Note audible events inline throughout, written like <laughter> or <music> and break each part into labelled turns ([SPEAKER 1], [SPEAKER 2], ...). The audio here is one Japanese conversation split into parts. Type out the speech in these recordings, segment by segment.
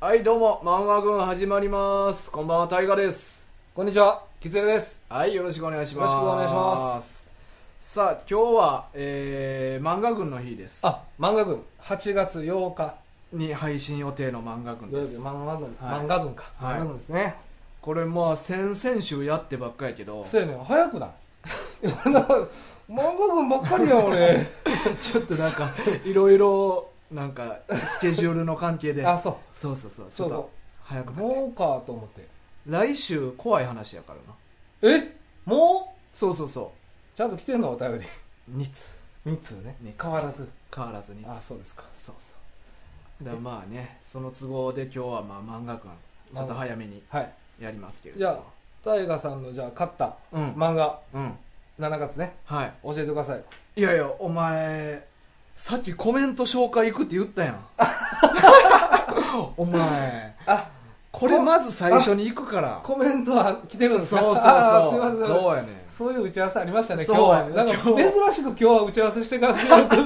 [SPEAKER 1] はい、どうも、漫画軍始まります。こんばんは、タイガです。
[SPEAKER 2] こんにちは、キツネです。
[SPEAKER 1] はい、よろしくお願いします。
[SPEAKER 2] よろしくお願いします。
[SPEAKER 1] さあ、今日は、えー、漫画軍の日です。
[SPEAKER 2] あ、漫画軍、8月8日、
[SPEAKER 1] に配信予定の漫画軍
[SPEAKER 2] 土曜
[SPEAKER 1] で
[SPEAKER 2] 日、
[SPEAKER 1] す。
[SPEAKER 2] 漫画軍、
[SPEAKER 1] はい
[SPEAKER 2] 漫画軍か、
[SPEAKER 1] はい
[SPEAKER 2] 漫画軍ですね。
[SPEAKER 1] これ、まあ、先々週やってばっかやけど、
[SPEAKER 2] そうやねん、早くない <laughs> そんな、漫画軍ばっかりやん、
[SPEAKER 1] <laughs>
[SPEAKER 2] 俺。
[SPEAKER 1] ちょっとなんか、いろいろ、なんか、スケジュールの関係で、
[SPEAKER 2] あ、そう、
[SPEAKER 1] そうそうそう、ち
[SPEAKER 2] そ
[SPEAKER 1] ょっ
[SPEAKER 2] う
[SPEAKER 1] と
[SPEAKER 2] そ
[SPEAKER 1] 早
[SPEAKER 2] う。
[SPEAKER 1] くなって。
[SPEAKER 2] もうかと思って。
[SPEAKER 1] 来週、怖い話やからな。
[SPEAKER 2] えも
[SPEAKER 1] そうそうそう
[SPEAKER 2] ちゃんと来てんのお便り。 <laughs>
[SPEAKER 1] う、2つ。
[SPEAKER 2] 3つね
[SPEAKER 1] 三。つ
[SPEAKER 2] 変わらず。
[SPEAKER 1] 変わらず2
[SPEAKER 2] あ、
[SPEAKER 1] つ。
[SPEAKER 2] そうですか。
[SPEAKER 1] そうそうだからまあねその都合で今日はまあ漫画館ちょっと早めに
[SPEAKER 2] はい。
[SPEAKER 1] やりますけれ
[SPEAKER 2] じ
[SPEAKER 1] ど
[SPEAKER 2] ゃ
[SPEAKER 1] も
[SPEAKER 2] あ、タイガさんの、じゃあ、買った
[SPEAKER 1] うん、
[SPEAKER 2] 漫画、
[SPEAKER 1] うん
[SPEAKER 2] 7月ね、
[SPEAKER 1] は
[SPEAKER 2] 教えてください。
[SPEAKER 1] いいやいやお前さっきコメント紹介行くって言ったや <laughs> んお前
[SPEAKER 2] あ、
[SPEAKER 1] これまず最初に行くから
[SPEAKER 2] コメントは来てるんです
[SPEAKER 1] そう <laughs>
[SPEAKER 2] か
[SPEAKER 1] そう
[SPEAKER 2] <laughs> あーすいませ。
[SPEAKER 1] そうんそうやね
[SPEAKER 2] そういう打ち合わせありましたね、
[SPEAKER 1] そう
[SPEAKER 2] 今日は。なんか
[SPEAKER 1] 今日は
[SPEAKER 2] 珍しく今日は打ち合わせしてから
[SPEAKER 1] <laughs>
[SPEAKER 2] 収録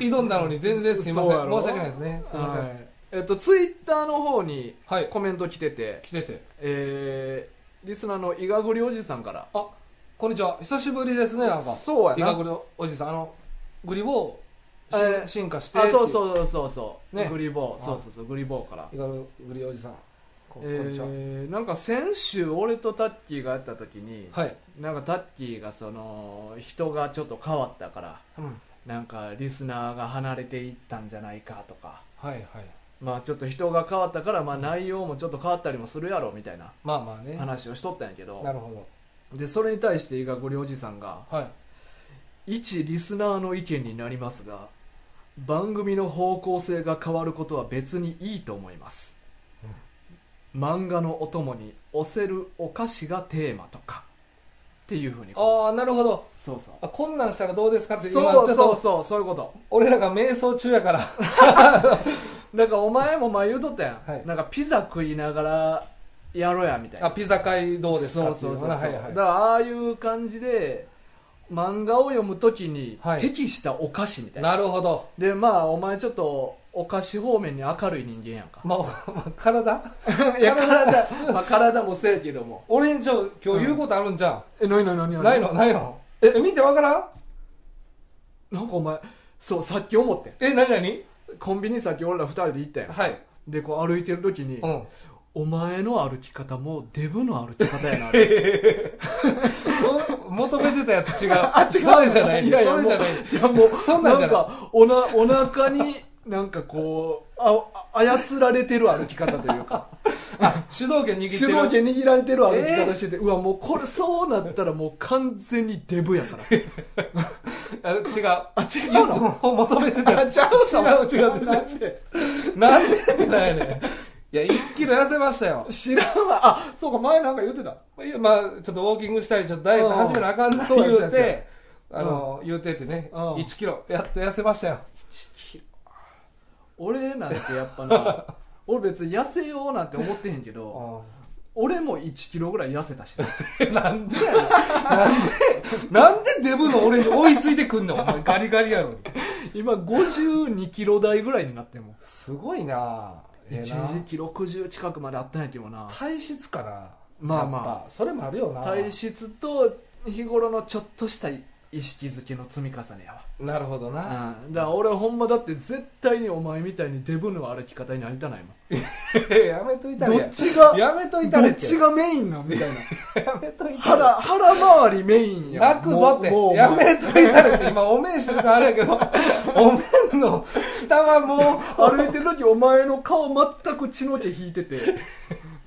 [SPEAKER 2] 挑んだのに全然すいま
[SPEAKER 1] そ
[SPEAKER 2] せん。
[SPEAKER 1] うや
[SPEAKER 2] 申
[SPEAKER 1] ろ
[SPEAKER 2] し訳ないですね。すいませ
[SPEAKER 1] は
[SPEAKER 2] ん。
[SPEAKER 1] いえっとツイッターの方に
[SPEAKER 2] はい。
[SPEAKER 1] コメント来てて
[SPEAKER 2] 来てて。
[SPEAKER 1] えー、リスナーの伊賀栗おじさんから
[SPEAKER 2] あ、こんにちは。久しぶりですね、なんか。
[SPEAKER 1] そうや
[SPEAKER 2] イ
[SPEAKER 1] な
[SPEAKER 2] カグリおじさん、あの、グリボ
[SPEAKER 1] え
[SPEAKER 2] ー
[SPEAKER 1] ー
[SPEAKER 2] し、進化して。
[SPEAKER 1] あそう
[SPEAKER 2] う。
[SPEAKER 1] そうそうそう、
[SPEAKER 2] ね
[SPEAKER 1] グリボー
[SPEAKER 2] あ
[SPEAKER 1] そうそうそうグリボーから
[SPEAKER 2] イカグリおじさん。ここんにちは。
[SPEAKER 1] えー、なんか先週俺とタッキーがやった時に、
[SPEAKER 2] はい。
[SPEAKER 1] なんかタッキーがその人がちょっと変わったから
[SPEAKER 2] うん。
[SPEAKER 1] なんかリスナーが離れていったんじゃないかとか
[SPEAKER 2] はいはい。
[SPEAKER 1] まあちょっと人が変わったからまあ内容もちょっと変わったりもするやろみたいな
[SPEAKER 2] まあまあね。
[SPEAKER 1] 話をしとったんやけど
[SPEAKER 2] なるほ
[SPEAKER 1] でそれに対して伊賀ごりおじさんが
[SPEAKER 2] ど。はい。
[SPEAKER 1] 一リスナーの意見になりますが番組の方向性が変わることは別にいいと思います、漫画のお供に「押せるお菓子がテーマ」とかっていうふうに
[SPEAKER 2] ああ、なるほど。
[SPEAKER 1] そうそう
[SPEAKER 2] あこんなんしたらどうですかって、今
[SPEAKER 1] そ
[SPEAKER 2] ち
[SPEAKER 1] うそ
[SPEAKER 2] ょっ
[SPEAKER 1] う
[SPEAKER 2] と、
[SPEAKER 1] そうそういうこと
[SPEAKER 2] 俺らが瞑想中やから。
[SPEAKER 1] だからお前も前言うとったやん、
[SPEAKER 2] は
[SPEAKER 1] <laughs>
[SPEAKER 2] い
[SPEAKER 1] なんかピザ食いながらやろうやみたいな
[SPEAKER 2] あ、ピザ会どうですかってい
[SPEAKER 1] そうう
[SPEAKER 2] の
[SPEAKER 1] そうそ
[SPEAKER 2] が
[SPEAKER 1] うそう、
[SPEAKER 2] はいはい
[SPEAKER 1] だからああいう感じで漫画を読むときに
[SPEAKER 2] はい
[SPEAKER 1] 適したお菓子みたいな
[SPEAKER 2] なるほど。
[SPEAKER 1] でまあお前ちょっとお菓子方面に明るい人間やん
[SPEAKER 2] <laughs>
[SPEAKER 1] か
[SPEAKER 2] まあ、まあ、体
[SPEAKER 1] いや体、まあ、体もせえけども
[SPEAKER 2] 俺にちょ、今日言うことあるんじゃ
[SPEAKER 1] えないないない
[SPEAKER 2] ん。
[SPEAKER 1] ない
[SPEAKER 2] ないのないの
[SPEAKER 1] え
[SPEAKER 2] え、見てわからん
[SPEAKER 1] なんかお前そうさっき思ってん
[SPEAKER 2] え、なになに
[SPEAKER 1] コンビニさっき俺ら二人で行ったやん
[SPEAKER 2] はい。
[SPEAKER 1] でこう歩いてる時に、
[SPEAKER 2] うん。 <laughs>
[SPEAKER 1] お前の歩き方もデブの歩き方
[SPEAKER 2] <laughs>
[SPEAKER 1] やな
[SPEAKER 2] そう、求めてたやつ
[SPEAKER 1] <laughs>
[SPEAKER 2] 違う。
[SPEAKER 1] そ
[SPEAKER 2] そうれじゃない。
[SPEAKER 1] いやいや
[SPEAKER 2] それじゃない。
[SPEAKER 1] じゃあもう
[SPEAKER 2] そんなんじゃない
[SPEAKER 1] かおなお腹になんかこうああ操られてる歩き方というか
[SPEAKER 2] あ、主導 <laughs> 権握って
[SPEAKER 1] 主
[SPEAKER 2] る。
[SPEAKER 1] 導権握られてる歩き方してて、うわもうこれそうなったらもう完全にデブやから
[SPEAKER 2] あ違う。
[SPEAKER 1] あ、違
[SPEAKER 2] 言うと。求めてた
[SPEAKER 1] あ、違う
[SPEAKER 2] や
[SPEAKER 1] の
[SPEAKER 2] 違う違う
[SPEAKER 1] 全然 <laughs>
[SPEAKER 2] つ。なんでってないねん。いや、一キロ痩せましたよ
[SPEAKER 1] 違う。。知らんわ。あ、そうか、前なんか言ってた。
[SPEAKER 2] いやまあ、ちょっとウォーキングしたり、ちょっとダイエット始めなあかん
[SPEAKER 1] う
[SPEAKER 2] な
[SPEAKER 1] んそ
[SPEAKER 2] 言
[SPEAKER 1] ううで
[SPEAKER 2] て、あの、言うててね、
[SPEAKER 1] うん
[SPEAKER 2] 1キロ、やっと痩せましたよ。
[SPEAKER 1] 俺なんてやっぱな、 <laughs> 俺別に痩せようなんて思ってへんけど、俺も1キロぐらい痩せたしな。
[SPEAKER 2] え <laughs> なんでやねんなんで、なんでデブの俺に追いついてくんのお前ガリガリやのに。
[SPEAKER 1] <laughs> 今52キロ台ぐらいになってんもん。
[SPEAKER 2] すごいなええ
[SPEAKER 1] 一
[SPEAKER 2] な
[SPEAKER 1] 時期60近くまであったんやけどな。
[SPEAKER 2] 体質かな
[SPEAKER 1] まあまあ
[SPEAKER 2] やっぱそれもあるよな
[SPEAKER 1] 体質と日頃のちょっとした意識づけの積み重ねやわ。
[SPEAKER 2] なるほどな、
[SPEAKER 1] うん。だから俺ほんまだって絶対にお前みたいにデブの歩き方になりたないもん。
[SPEAKER 2] <laughs> やめといたれ
[SPEAKER 1] どっちが
[SPEAKER 2] やめといた
[SPEAKER 1] ど
[SPEAKER 2] れ
[SPEAKER 1] っちがメインなんみたいな。
[SPEAKER 2] やめといた
[SPEAKER 1] <laughs>
[SPEAKER 2] れ
[SPEAKER 1] 腹、腹周りメインや。
[SPEAKER 2] 泣くぞって
[SPEAKER 1] もうもう
[SPEAKER 2] やめといたれって今おめんしてるからあれやけどおめんの下はもう
[SPEAKER 1] 歩いてる時お前の顔全く血の毛引いて
[SPEAKER 2] <laughs>
[SPEAKER 1] て、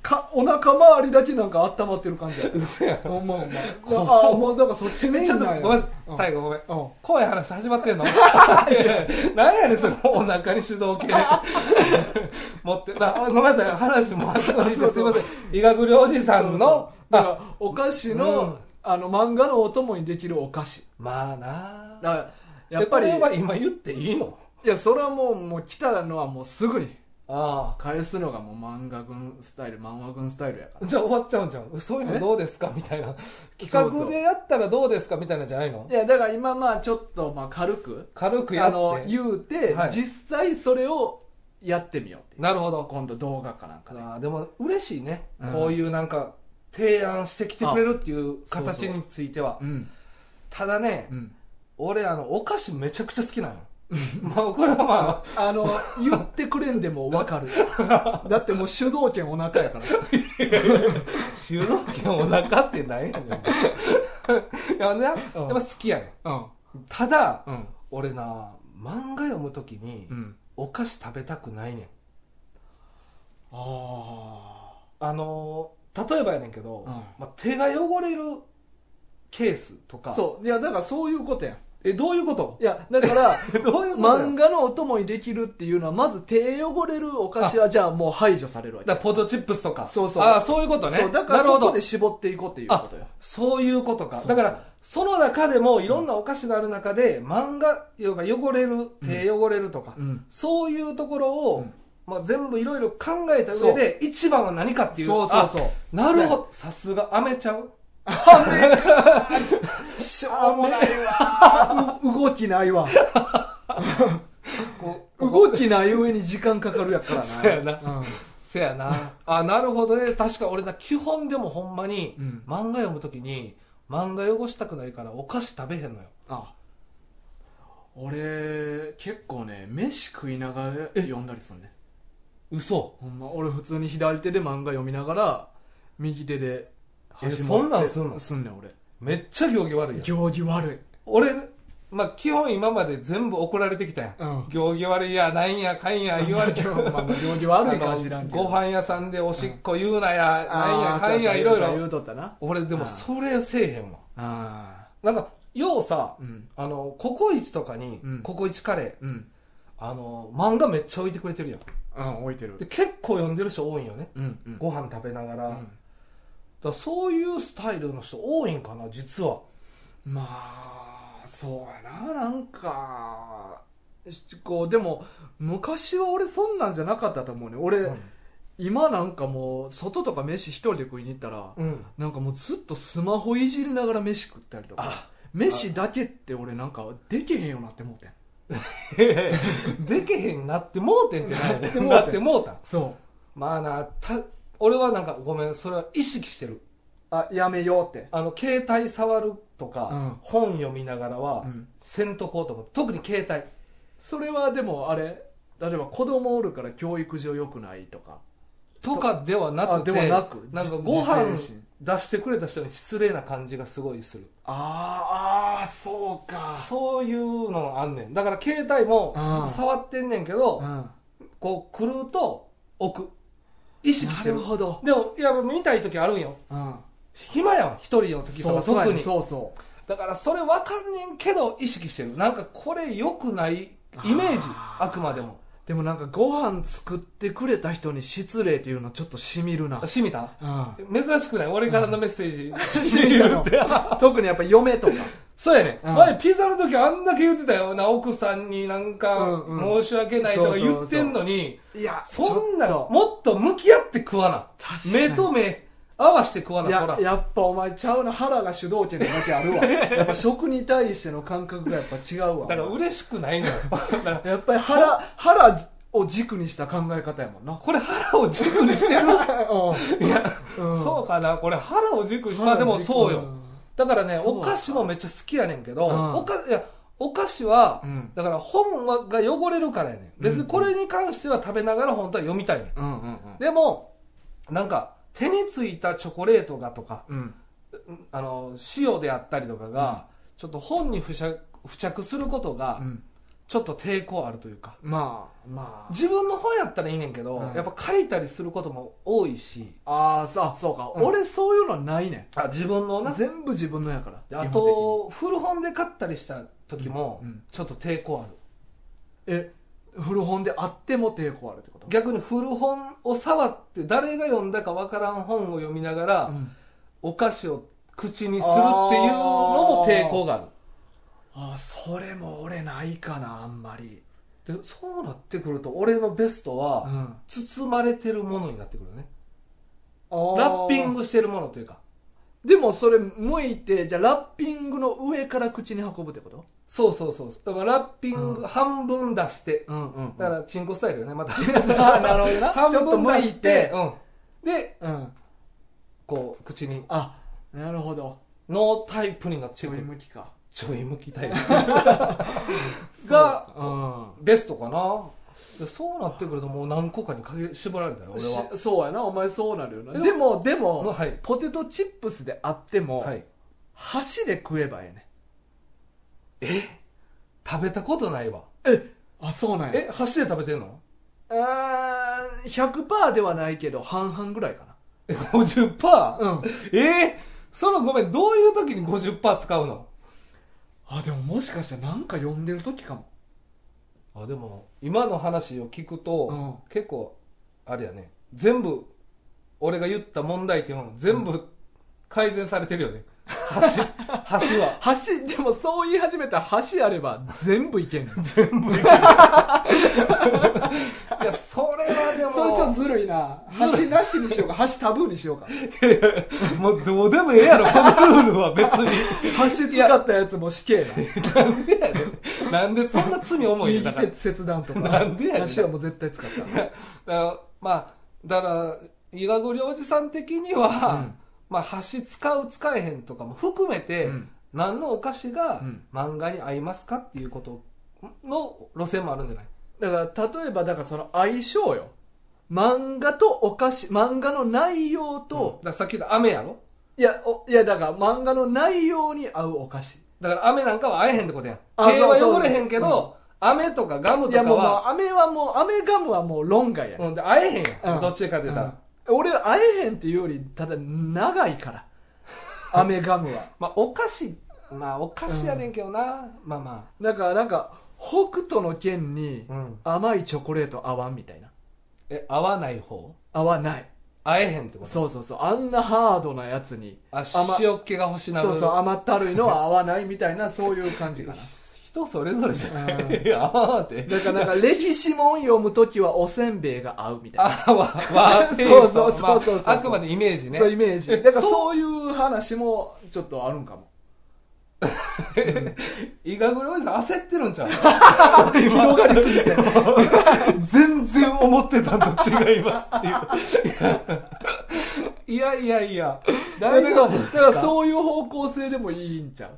[SPEAKER 1] か、お腹周りだけなんか温まってる感じやった。
[SPEAKER 2] 嘘や
[SPEAKER 1] お前お前。ああ、もうだからそっちメイン
[SPEAKER 2] ちょっと
[SPEAKER 1] なんや。
[SPEAKER 2] ごめん
[SPEAKER 1] う
[SPEAKER 2] 大悟ごめん
[SPEAKER 1] うん
[SPEAKER 2] 怖い話始まっ
[SPEAKER 1] <laughs>
[SPEAKER 2] てんのいやいや何やねんそのお腹に主導権 <laughs> 持ってなごめんなさい話もあってほしいですすいません医学療おじさんの
[SPEAKER 1] だから、お菓子の、
[SPEAKER 2] うん
[SPEAKER 1] あの、漫画のお供にできるお菓子。
[SPEAKER 2] まあな
[SPEAKER 1] だから、やっぱり、
[SPEAKER 2] これは今言っていいの
[SPEAKER 1] いや、それはもう、もう来たのはもうすぐに。
[SPEAKER 2] あ
[SPEAKER 1] 返すのがもう漫画軍スタイル、漫画軍スタイルやから。
[SPEAKER 2] あじゃあ終わっちゃうんじゃんそういうのどうですかみたいな
[SPEAKER 1] そう
[SPEAKER 2] 企
[SPEAKER 1] そう
[SPEAKER 2] 画でやったらどうですかみたいなんじゃないの
[SPEAKER 1] いや、だから今まあちょっと、まあ軽く、
[SPEAKER 2] 軽くや
[SPEAKER 1] あ
[SPEAKER 2] って
[SPEAKER 1] の言うて、
[SPEAKER 2] はい
[SPEAKER 1] 実際それをやってみようっていう
[SPEAKER 2] なるほど。
[SPEAKER 1] 今度動画かなんかで
[SPEAKER 2] あーでも嬉しいね、
[SPEAKER 1] うん
[SPEAKER 2] こういうなんか提案してきてくれるっていう
[SPEAKER 1] あそう
[SPEAKER 2] 形
[SPEAKER 1] そう
[SPEAKER 2] については
[SPEAKER 1] うん
[SPEAKER 2] ただね、
[SPEAKER 1] うん
[SPEAKER 2] 俺あのお菓子めちゃくちゃ好きなんよ <laughs> まあこれはま
[SPEAKER 1] あの言ってくれんでも分
[SPEAKER 2] <laughs>
[SPEAKER 1] かるだってもう主導権お腹やから
[SPEAKER 2] あ収納権お腹ってなんやねんい <laughs> やねやっぱ好きやね
[SPEAKER 1] うん
[SPEAKER 2] んただ
[SPEAKER 1] うん
[SPEAKER 2] 俺な漫画読むときに
[SPEAKER 1] うん
[SPEAKER 2] お菓子食べたくないねん
[SPEAKER 1] あ
[SPEAKER 2] あのー例えばやねんけど、
[SPEAKER 1] ん
[SPEAKER 2] まあ、手が汚れるケースと
[SPEAKER 1] あ
[SPEAKER 2] か
[SPEAKER 1] そういやだからそういうことやん
[SPEAKER 2] えどういうこと
[SPEAKER 1] いやだから
[SPEAKER 2] <laughs> どういうことや
[SPEAKER 1] 漫画のお供にできるっていうのはまず手汚れるお菓子はじゃあもう排除されるわけ
[SPEAKER 2] だからポテトチップスとか。
[SPEAKER 1] そうそう
[SPEAKER 2] ああ、そういうことね。
[SPEAKER 1] そうだから
[SPEAKER 2] なる
[SPEAKER 1] そ
[SPEAKER 2] ほ
[SPEAKER 1] こ
[SPEAKER 2] ど
[SPEAKER 1] で。絞っていこうっていうことよ
[SPEAKER 2] そういうことか。
[SPEAKER 1] そうそう
[SPEAKER 2] だから、その中でもいろんなお菓子がある中で、漫画、要は汚れる、手汚れるとか、
[SPEAKER 1] うん
[SPEAKER 2] そういうところを、
[SPEAKER 1] うん
[SPEAKER 2] まあ、全部いろいろ考えた上で、一番は何かっていう。
[SPEAKER 1] そうそうそう
[SPEAKER 2] あなるほど。さすが、飴ちゃう
[SPEAKER 1] しょうもないわ <laughs> う動きないわ
[SPEAKER 2] こう
[SPEAKER 1] 動きない上に時間かかるやからな
[SPEAKER 2] そうやな
[SPEAKER 1] うん
[SPEAKER 2] せやな。あ、なるほどね。確か俺な、基本でもほんまに、
[SPEAKER 1] うん
[SPEAKER 2] 漫画読むときに、漫画汚したくないからお菓子食べへんのよ。
[SPEAKER 1] あ俺結構ね飯食いながら読んだりするね
[SPEAKER 2] 嘘。
[SPEAKER 1] ほんま俺普通に左手で漫画読みながら右手で
[SPEAKER 2] え
[SPEAKER 1] 箸持って
[SPEAKER 2] そんなんすんの
[SPEAKER 1] すんねん俺
[SPEAKER 2] めっちゃ行儀悪いやん。
[SPEAKER 1] 行儀悪い
[SPEAKER 2] 俺、まあ、基本今まで全部怒られてきたやん。
[SPEAKER 1] うん
[SPEAKER 2] 行儀悪いや、なんや、かんや、言われ
[SPEAKER 1] <laughs>
[SPEAKER 2] てる。
[SPEAKER 1] まあまあ行儀悪いか知ら
[SPEAKER 2] あの
[SPEAKER 1] んけど
[SPEAKER 2] ご飯屋さんでおしっこ言うなや、なんや、
[SPEAKER 1] あー
[SPEAKER 2] かんや、
[SPEAKER 1] そう
[SPEAKER 2] い
[SPEAKER 1] そう
[SPEAKER 2] ろい
[SPEAKER 1] 言
[SPEAKER 2] ろ。
[SPEAKER 1] うとったな
[SPEAKER 2] 俺、でも、
[SPEAKER 1] あー
[SPEAKER 2] それせえへんわ。
[SPEAKER 1] あ
[SPEAKER 2] なんか、ようさ
[SPEAKER 1] あう、ん
[SPEAKER 2] あの、ココイチとかに
[SPEAKER 1] う、ん
[SPEAKER 2] ココイチカレー、
[SPEAKER 1] うん
[SPEAKER 2] あの、漫画めっちゃ置いてくれてるやん。
[SPEAKER 1] うん置いてる
[SPEAKER 2] で、結構読んでる人多いんよね。
[SPEAKER 1] うんうん
[SPEAKER 2] ご飯食べながら。
[SPEAKER 1] う
[SPEAKER 2] だか
[SPEAKER 1] ん
[SPEAKER 2] らそういうスタイルの人多いんかな、実は。
[SPEAKER 1] まあそうやななんかしこうでも昔は俺そんなんじゃなかったと思うね俺、今なんかもう外とか飯一人で食いに行ったら、
[SPEAKER 2] うん。
[SPEAKER 1] なんかもうずっとスマホいじりながら飯食ったりとか
[SPEAKER 2] あ、
[SPEAKER 1] 飯だけって俺なんかできへんよなって思ってん
[SPEAKER 2] でけへんなってもうてんってない
[SPEAKER 1] なってもうてん
[SPEAKER 2] なってもうたん
[SPEAKER 1] そう
[SPEAKER 2] まあなた俺はなんかごめんそれは意識してる
[SPEAKER 1] あやめようって
[SPEAKER 2] あの携帯触るとか、
[SPEAKER 1] うん
[SPEAKER 2] 本読みながらは、
[SPEAKER 1] うん
[SPEAKER 2] せんとこうと思って特に携帯
[SPEAKER 1] それはでもあれ例えば子供おるから教育上良くないとか
[SPEAKER 2] とかではなくて
[SPEAKER 1] あではなく
[SPEAKER 2] んか
[SPEAKER 1] じ
[SPEAKER 2] ご飯
[SPEAKER 1] 自制心
[SPEAKER 2] 出してくれた人に失礼な感じがすごいする
[SPEAKER 1] あーあーそうか
[SPEAKER 2] そういうのあんねんだから携帯も
[SPEAKER 1] うん
[SPEAKER 2] ずっと触ってんねんけど、
[SPEAKER 1] ん
[SPEAKER 2] こう来ると置く意識し
[SPEAKER 1] な
[SPEAKER 2] てる
[SPEAKER 1] るほど、
[SPEAKER 2] でもいや見たい時あるんよ
[SPEAKER 1] うん、
[SPEAKER 2] 暇やん一人の時と
[SPEAKER 1] そ
[SPEAKER 2] か
[SPEAKER 1] うそう
[SPEAKER 2] 特
[SPEAKER 1] やね
[SPEAKER 2] に
[SPEAKER 1] そうそ
[SPEAKER 2] だからそれわかんねんけど意識してるなんかこれ良くないイメージ
[SPEAKER 1] あー
[SPEAKER 2] あくまでも
[SPEAKER 1] うでもなんかご飯作ってくれた人に失礼っていうのちょっとしみるな
[SPEAKER 2] しみた
[SPEAKER 1] う
[SPEAKER 2] 珍しくない俺からのメッセージ <laughs>
[SPEAKER 1] ん
[SPEAKER 2] し
[SPEAKER 1] し
[SPEAKER 2] み
[SPEAKER 1] み
[SPEAKER 2] る
[SPEAKER 1] た
[SPEAKER 2] っ
[SPEAKER 1] の
[SPEAKER 2] て
[SPEAKER 1] 特にやっぱ嫁とか
[SPEAKER 2] そうやね、
[SPEAKER 1] うん
[SPEAKER 2] 前ピザの時あんだけ言ってたよな奥さんになんか
[SPEAKER 1] うんう
[SPEAKER 2] 申し訳ないとか言ってんのに
[SPEAKER 1] いや
[SPEAKER 2] そんな
[SPEAKER 1] ちょっと
[SPEAKER 2] もっと向き合って食わな
[SPEAKER 1] 確かに
[SPEAKER 2] 目と目合わして食わ
[SPEAKER 1] い
[SPEAKER 2] なそ
[SPEAKER 1] や
[SPEAKER 2] ら
[SPEAKER 1] やっぱお前ちゃうな腹が主導権なだけあ
[SPEAKER 2] <laughs>
[SPEAKER 1] るわやっぱ食に対しての感覚がやっぱ違うわ
[SPEAKER 2] だから嬉しくないのよ <laughs> だから
[SPEAKER 1] やっぱり腹腹を軸にした考え方やもんな
[SPEAKER 2] これ腹を軸に
[SPEAKER 1] <laughs>
[SPEAKER 2] してるいや、
[SPEAKER 1] うん
[SPEAKER 2] そうかなこれ腹を軸にまあでもそうよ、だからね、
[SPEAKER 1] そう
[SPEAKER 2] お
[SPEAKER 1] か
[SPEAKER 2] 菓子もめっちゃ好きやねんけど、
[SPEAKER 1] うん
[SPEAKER 2] おかいやお菓子は、
[SPEAKER 1] うん
[SPEAKER 2] だから本はが汚れるからやねん。別にこれに関しては食べながら本当は読みたいねん。
[SPEAKER 1] うんうんうん
[SPEAKER 2] でも、なんか、手についたチョコレートがとか、
[SPEAKER 1] うん
[SPEAKER 2] あの、塩であったりとかが、ちょっと本に付着付着することが
[SPEAKER 1] う、ん
[SPEAKER 2] ちょっと抵抗あるというか、
[SPEAKER 1] まあまあ
[SPEAKER 2] 自分の本やったらいいねんけど、
[SPEAKER 1] うん
[SPEAKER 2] やっぱ借りたりすることも多いし、
[SPEAKER 1] ああそうそうか、
[SPEAKER 2] うん
[SPEAKER 1] 俺そういうのはないね
[SPEAKER 2] あ自分の
[SPEAKER 1] ん
[SPEAKER 2] な、
[SPEAKER 1] 全部自分のやから
[SPEAKER 2] あ
[SPEAKER 1] 基本
[SPEAKER 2] と、古本で買ったりした時も
[SPEAKER 1] うんうん、
[SPEAKER 2] ちょっと抵抗ある。
[SPEAKER 1] 的にえ古本であっても抵抗あるってこと
[SPEAKER 2] 逆に古本を触って誰が読んだかわからん本を読みながら、
[SPEAKER 1] うん
[SPEAKER 2] お菓子を口にするっていうのも抵抗があ
[SPEAKER 1] ああそれも俺ないかなあんまり
[SPEAKER 2] るでそうなってくると俺のベストは、
[SPEAKER 1] うん
[SPEAKER 2] 包まれてるものになってくるね
[SPEAKER 1] ラ
[SPEAKER 2] ラッピングしてるものというか
[SPEAKER 1] でもそれ剥いてじゃあラッピングの上から口に運ぶってこと
[SPEAKER 2] そうそうそうそうだからラッピング
[SPEAKER 1] うん
[SPEAKER 2] 半分出して、
[SPEAKER 1] うんうん、うん、
[SPEAKER 2] だからチンコスタイルよねまた
[SPEAKER 1] あ <laughs> なるほどな
[SPEAKER 2] <laughs> 半
[SPEAKER 1] ちょっと
[SPEAKER 2] 分出
[SPEAKER 1] 剥
[SPEAKER 2] し
[SPEAKER 1] い
[SPEAKER 2] て
[SPEAKER 1] て、
[SPEAKER 2] うん、で
[SPEAKER 1] うん
[SPEAKER 2] こう口に
[SPEAKER 1] あなるほど
[SPEAKER 2] ノータイプになっ
[SPEAKER 1] ち
[SPEAKER 2] て
[SPEAKER 1] ょ
[SPEAKER 2] く
[SPEAKER 1] い
[SPEAKER 2] る
[SPEAKER 1] 向きか
[SPEAKER 2] ちょい向きタ
[SPEAKER 1] <laughs>
[SPEAKER 2] イプが
[SPEAKER 1] う
[SPEAKER 2] ベストかなでそうなってくるともう何個かに限り絞られた
[SPEAKER 1] ん
[SPEAKER 2] よ俺
[SPEAKER 1] し
[SPEAKER 2] は
[SPEAKER 1] そうやなお前そうなるよな
[SPEAKER 2] でも
[SPEAKER 1] でもでも、
[SPEAKER 2] まあはい
[SPEAKER 1] ポテトチップスであっても、
[SPEAKER 2] はい
[SPEAKER 1] 箸で食えばええね
[SPEAKER 2] 食べたことないわ
[SPEAKER 1] あそうなんや
[SPEAKER 2] え箸で食べてんの
[SPEAKER 1] あー100%ではないけど半々ぐらいか
[SPEAKER 2] え 50%?
[SPEAKER 1] なうん
[SPEAKER 2] えー、そのごめんどういう時に50%使うの
[SPEAKER 1] あでももしかしたらなんか呼んでる時かも
[SPEAKER 2] あでも今の話を聞
[SPEAKER 1] う
[SPEAKER 2] く
[SPEAKER 1] ん
[SPEAKER 2] と、結構あれやね全部俺が言った問題点は全部改善されてるよね、
[SPEAKER 1] <laughs>
[SPEAKER 2] 箸箸は
[SPEAKER 1] 箸でもそう言い始めたら箸あれば全部いけんねんそれち
[SPEAKER 2] いやそれはでも
[SPEAKER 1] ょっとずるいな箸なしにしようか箸タブーにしようか
[SPEAKER 2] もうどうでもええやろこのルールは別に
[SPEAKER 1] 箸使ったやつも死刑
[SPEAKER 2] なんでやねんなんでそんな罪
[SPEAKER 1] な
[SPEAKER 2] 重いねん
[SPEAKER 1] 右
[SPEAKER 2] だから
[SPEAKER 1] 手切断とか
[SPEAKER 2] なんでやねん
[SPEAKER 1] 箸はもう絶対使った
[SPEAKER 2] だからまあだから岩栗おじさん的には、まあ箸使う使えへんとかも含めて、
[SPEAKER 1] うん
[SPEAKER 2] 何のお菓子が
[SPEAKER 1] うん
[SPEAKER 2] 漫画に合いますかっていうことの路線もあるんじゃない
[SPEAKER 1] だから例えばだからその相性よ漫画とお菓子漫画の内容
[SPEAKER 2] だ
[SPEAKER 1] と、
[SPEAKER 2] からさっき言った雨やろ
[SPEAKER 1] いやおいやだから漫画の内容に合うお菓子
[SPEAKER 2] だから雨なんかは合えへんってことやん
[SPEAKER 1] あ
[SPEAKER 2] 毛は
[SPEAKER 1] そう
[SPEAKER 2] 汚れへんけ
[SPEAKER 1] そう
[SPEAKER 2] ど、雨とかガム
[SPEAKER 1] い
[SPEAKER 2] と
[SPEAKER 1] や
[SPEAKER 2] か
[SPEAKER 1] もうもう
[SPEAKER 2] は、
[SPEAKER 1] 飴はもう飴ガムはもう論外やね
[SPEAKER 2] うん、で合えへんやん、
[SPEAKER 1] うん
[SPEAKER 2] どっちかって言ったら、
[SPEAKER 1] うん俺会えへんっていうよりただ長い
[SPEAKER 2] <laughs>
[SPEAKER 1] からアメガムは
[SPEAKER 2] まあお菓子まあお菓子やねんけどな、まあま
[SPEAKER 1] だからなんか北斗の剣に
[SPEAKER 2] あ、うん、
[SPEAKER 1] 甘いチョコレート合わんみたいな
[SPEAKER 2] え合わない方
[SPEAKER 1] 合わない
[SPEAKER 2] 合えへんってこと
[SPEAKER 1] そうそうそうあんなハードなやつに
[SPEAKER 2] あ
[SPEAKER 1] 甘
[SPEAKER 2] 塩っ気が欲しなる
[SPEAKER 1] そうそう甘ったるいのは合わないみたい
[SPEAKER 2] <laughs>
[SPEAKER 1] なそういう感じかな
[SPEAKER 2] 人それぞれじゃな
[SPEAKER 1] う
[SPEAKER 2] い。いや、あーって。
[SPEAKER 1] だからなんか歴史もん読む時はおせんべいが合うみたいな
[SPEAKER 2] あー、わ、わ、テイスト
[SPEAKER 1] そうそうそうそうそう
[SPEAKER 2] まああくまでイメージね
[SPEAKER 1] そう。いうイメージだから
[SPEAKER 2] そう
[SPEAKER 1] そういう話もちょっとあるんかも
[SPEAKER 2] 伊賀黒おじさん焦ってるんちゃう
[SPEAKER 1] <laughs>
[SPEAKER 2] 広がりすぎて。全然思ってたんと違います <laughs> っていう。いやいやいや、大丈夫です
[SPEAKER 1] だから
[SPEAKER 2] か
[SPEAKER 1] そういう方向性でもいいんちゃ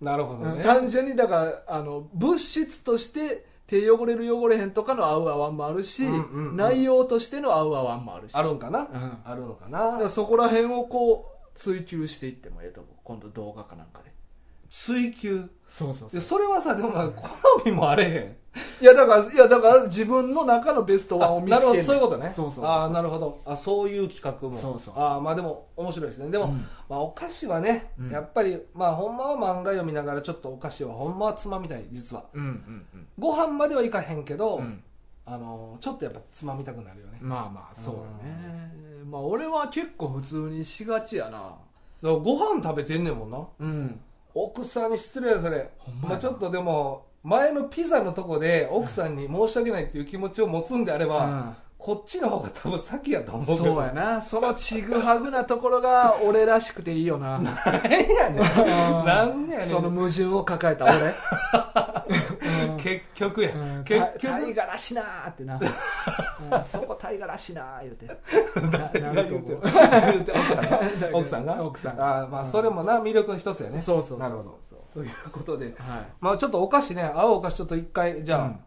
[SPEAKER 1] う
[SPEAKER 2] なるほどね。
[SPEAKER 1] 単純にだからあの物質として手汚れる汚れへんとかの合う合わんもあるし、
[SPEAKER 2] うんうんうん
[SPEAKER 1] 内容としての合う合わんもあるし
[SPEAKER 2] あるんかな
[SPEAKER 1] うん
[SPEAKER 2] あるのか
[SPEAKER 1] だか
[SPEAKER 2] な
[SPEAKER 1] らそこら辺をこう追求していってもええと思う今度動画かなんかで
[SPEAKER 2] 追求。
[SPEAKER 1] そうそう
[SPEAKER 2] い
[SPEAKER 1] そう
[SPEAKER 2] やそれはさ、でもな好みもあれへん。
[SPEAKER 1] いやだからいやだから自分の中のベストワンを見つ
[SPEAKER 2] なるほ
[SPEAKER 1] け
[SPEAKER 2] ど
[SPEAKER 1] る
[SPEAKER 2] そういうことね
[SPEAKER 1] そうそう
[SPEAKER 2] ああなるほどあそういう企画も
[SPEAKER 1] そうそうそう
[SPEAKER 2] ああまあでも面白いですねでも、
[SPEAKER 1] うん
[SPEAKER 2] まあ、お菓子はね、
[SPEAKER 1] うん
[SPEAKER 2] やっぱりまあほんまは漫画読みながらちょっとお菓子はほんまはつまみたい実は
[SPEAKER 1] うんうんうん
[SPEAKER 2] ご飯まではいかへんけど、
[SPEAKER 1] うん
[SPEAKER 2] あのーちょっとやっぱつまみたくなるよね、だか
[SPEAKER 1] まあまあそうだねまあ俺は結構普通にしがちやな
[SPEAKER 2] らご飯食べてんねんもんな
[SPEAKER 1] うん
[SPEAKER 2] 奥さんに失礼やそれ
[SPEAKER 1] ほんまやな
[SPEAKER 2] あ、ちょっとでも前のピザのとこで奥さんに申し訳ないっていう気持ちを持つんであれば、こっちの方が多分先やと
[SPEAKER 1] うん
[SPEAKER 2] 思うけど
[SPEAKER 1] そうやなそのちぐはぐなところが俺らしくていいよ
[SPEAKER 2] <laughs>
[SPEAKER 1] な
[SPEAKER 2] 変やねん <laughs> なんやね
[SPEAKER 1] <laughs>
[SPEAKER 2] ん
[SPEAKER 1] その矛盾を抱えた俺
[SPEAKER 2] <laughs>
[SPEAKER 1] うん
[SPEAKER 2] 結局や、
[SPEAKER 1] うん
[SPEAKER 2] 結
[SPEAKER 1] た
[SPEAKER 2] 局
[SPEAKER 1] 大河らしなーって
[SPEAKER 2] <laughs>
[SPEAKER 1] なうんそこ大河らしなー言うてななると思う
[SPEAKER 2] 言うて奥さんが
[SPEAKER 1] 奥さんが
[SPEAKER 2] あーまあそれもな魅力の一つやね
[SPEAKER 1] そうそうそうそう
[SPEAKER 2] なるほどということで
[SPEAKER 1] はい
[SPEAKER 2] まあちょっとお菓子ね合うお菓子ちょっと一回じゃあ、
[SPEAKER 1] うん